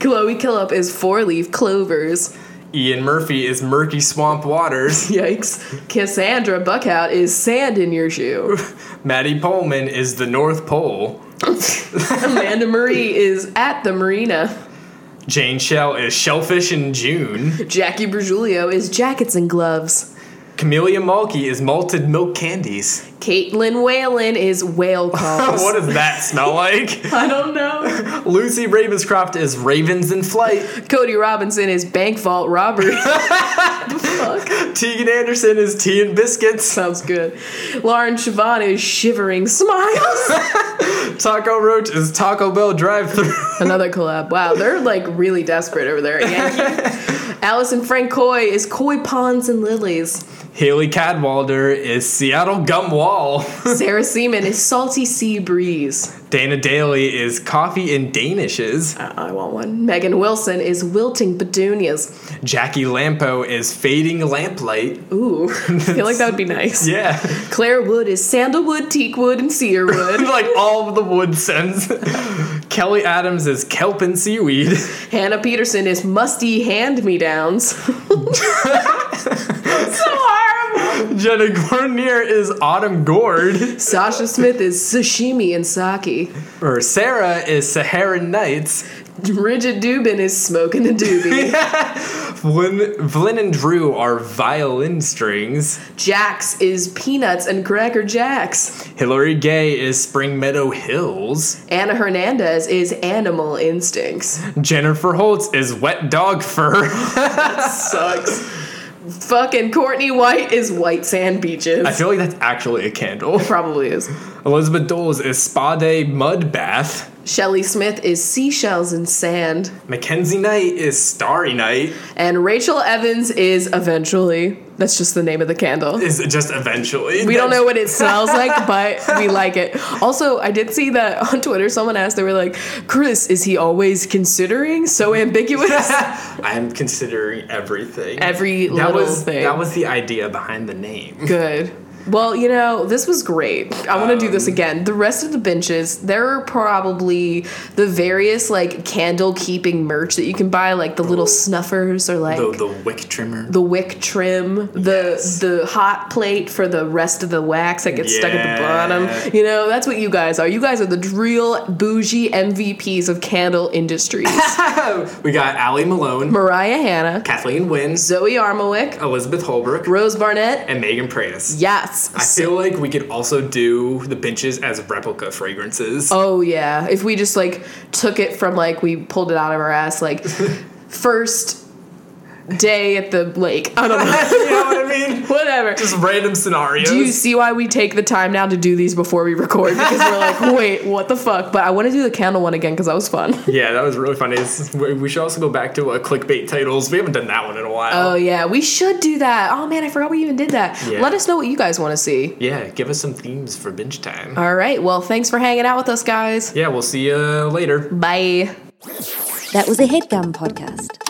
Chloe Killup is four leaf clovers. Ian Murphy is murky swamp waters. Yikes. Cassandra Buckout is sand in your shoe. Maddie Pullman is the North Pole. Amanda Marie is at the marina. Jane Shell is shellfish in June. Jackie Bergiulio is jackets and gloves. Camellia Mulkey is malted milk candies. Caitlin Whalen is whale calls. what does that smell like? I don't know. Lucy Ravenscroft is ravens in flight. Cody Robinson is bank vault robbery. Fuck. Tegan Anderson is tea and biscuits. Sounds good. Lauren Siobhan is shivering smiles. Taco Roach is Taco Bell drive thru. Another collab. Wow, they're like really desperate over there at Yankee. Allison Frank Coy is koi ponds and lilies. Haley Cadwalder is Seattle Gum Wall. Sarah Seaman is salty sea breeze. Uh, Dana Daly is coffee and danishes. I I want one. Megan Wilson is wilting petunias. Jackie Lampo is fading lamplight. Ooh, I feel like that would be nice. Yeah. Claire Wood is sandalwood, teakwood, and cedarwood. like all of the wood scents. Kelly Adams is kelp and seaweed. Hannah Peterson is musty hand me downs. so horrible. Jenna Gornier is autumn gourd. Sasha Smith is sashimi and sake. Or Sarah is Saharan nights. Bridget Dubin is smoking a doobie. Flynn, Flynn and Drew are violin strings. Jax is peanuts and cracker jacks. Hillary Gay is Spring Meadow Hills. Anna Hernandez is animal instincts. Jennifer Holtz is Wet Dog Fur. Sucks. Fucking Courtney White is white sand beaches. I feel like that's actually a candle. Probably is. Elizabeth Doles is Spa Day Mud Bath. Shelly Smith is Seashells and Sand. Mackenzie Knight is Starry Night. And Rachel Evans is Eventually. That's just the name of the candle. Is just eventually. We don't know what it smells like, but we like it. Also, I did see that on Twitter someone asked, they were like, Chris, is he always considering? So ambiguous. I'm considering everything. Every that little was, thing. That was the idea behind the name. Good. Well, you know, this was great. I want to do this again. The rest of the benches, there are probably the various like candle keeping merch that you can buy, like the little snuffers or like The, the, the wick trimmer. wick trim, the Yes. the hot plate for the rest of the wax that gets stuck at the Yeah. bottom. You know, that's what you guys are. You guys are the real bougie MVPs of candle industries. we got Allie Malone, Mariah Hanna, Kathleen Wins, Zoe Armowick, Elizabeth Holbrook, Rose Barnett. and Megan Preyes. Yes. I feel like we could also do the benches as replica fragrances. Oh yeah. If we just like took it from like we pulled it out of our ass like first day at the lake. I don't know. you know what I mean? Whatever. Just random scenarios. do you see why we take the time now to do these before we record? Because we're like, wait, what the fuck? But I want to do the candle one again because that was fun. yeah, that was really funny. It's- we we should also go back to uh, clickbait titles. We haven't done that one in a while. Oh yeah, we should do that. Oh man, I forgot we even did that. Yeah. Let us know what you guys want to see. yeah, give us some themes for bench time. All right. Well, thanks for hanging out with us, guys. yeah, we'll see you later. Bye. That was a headgum podcast.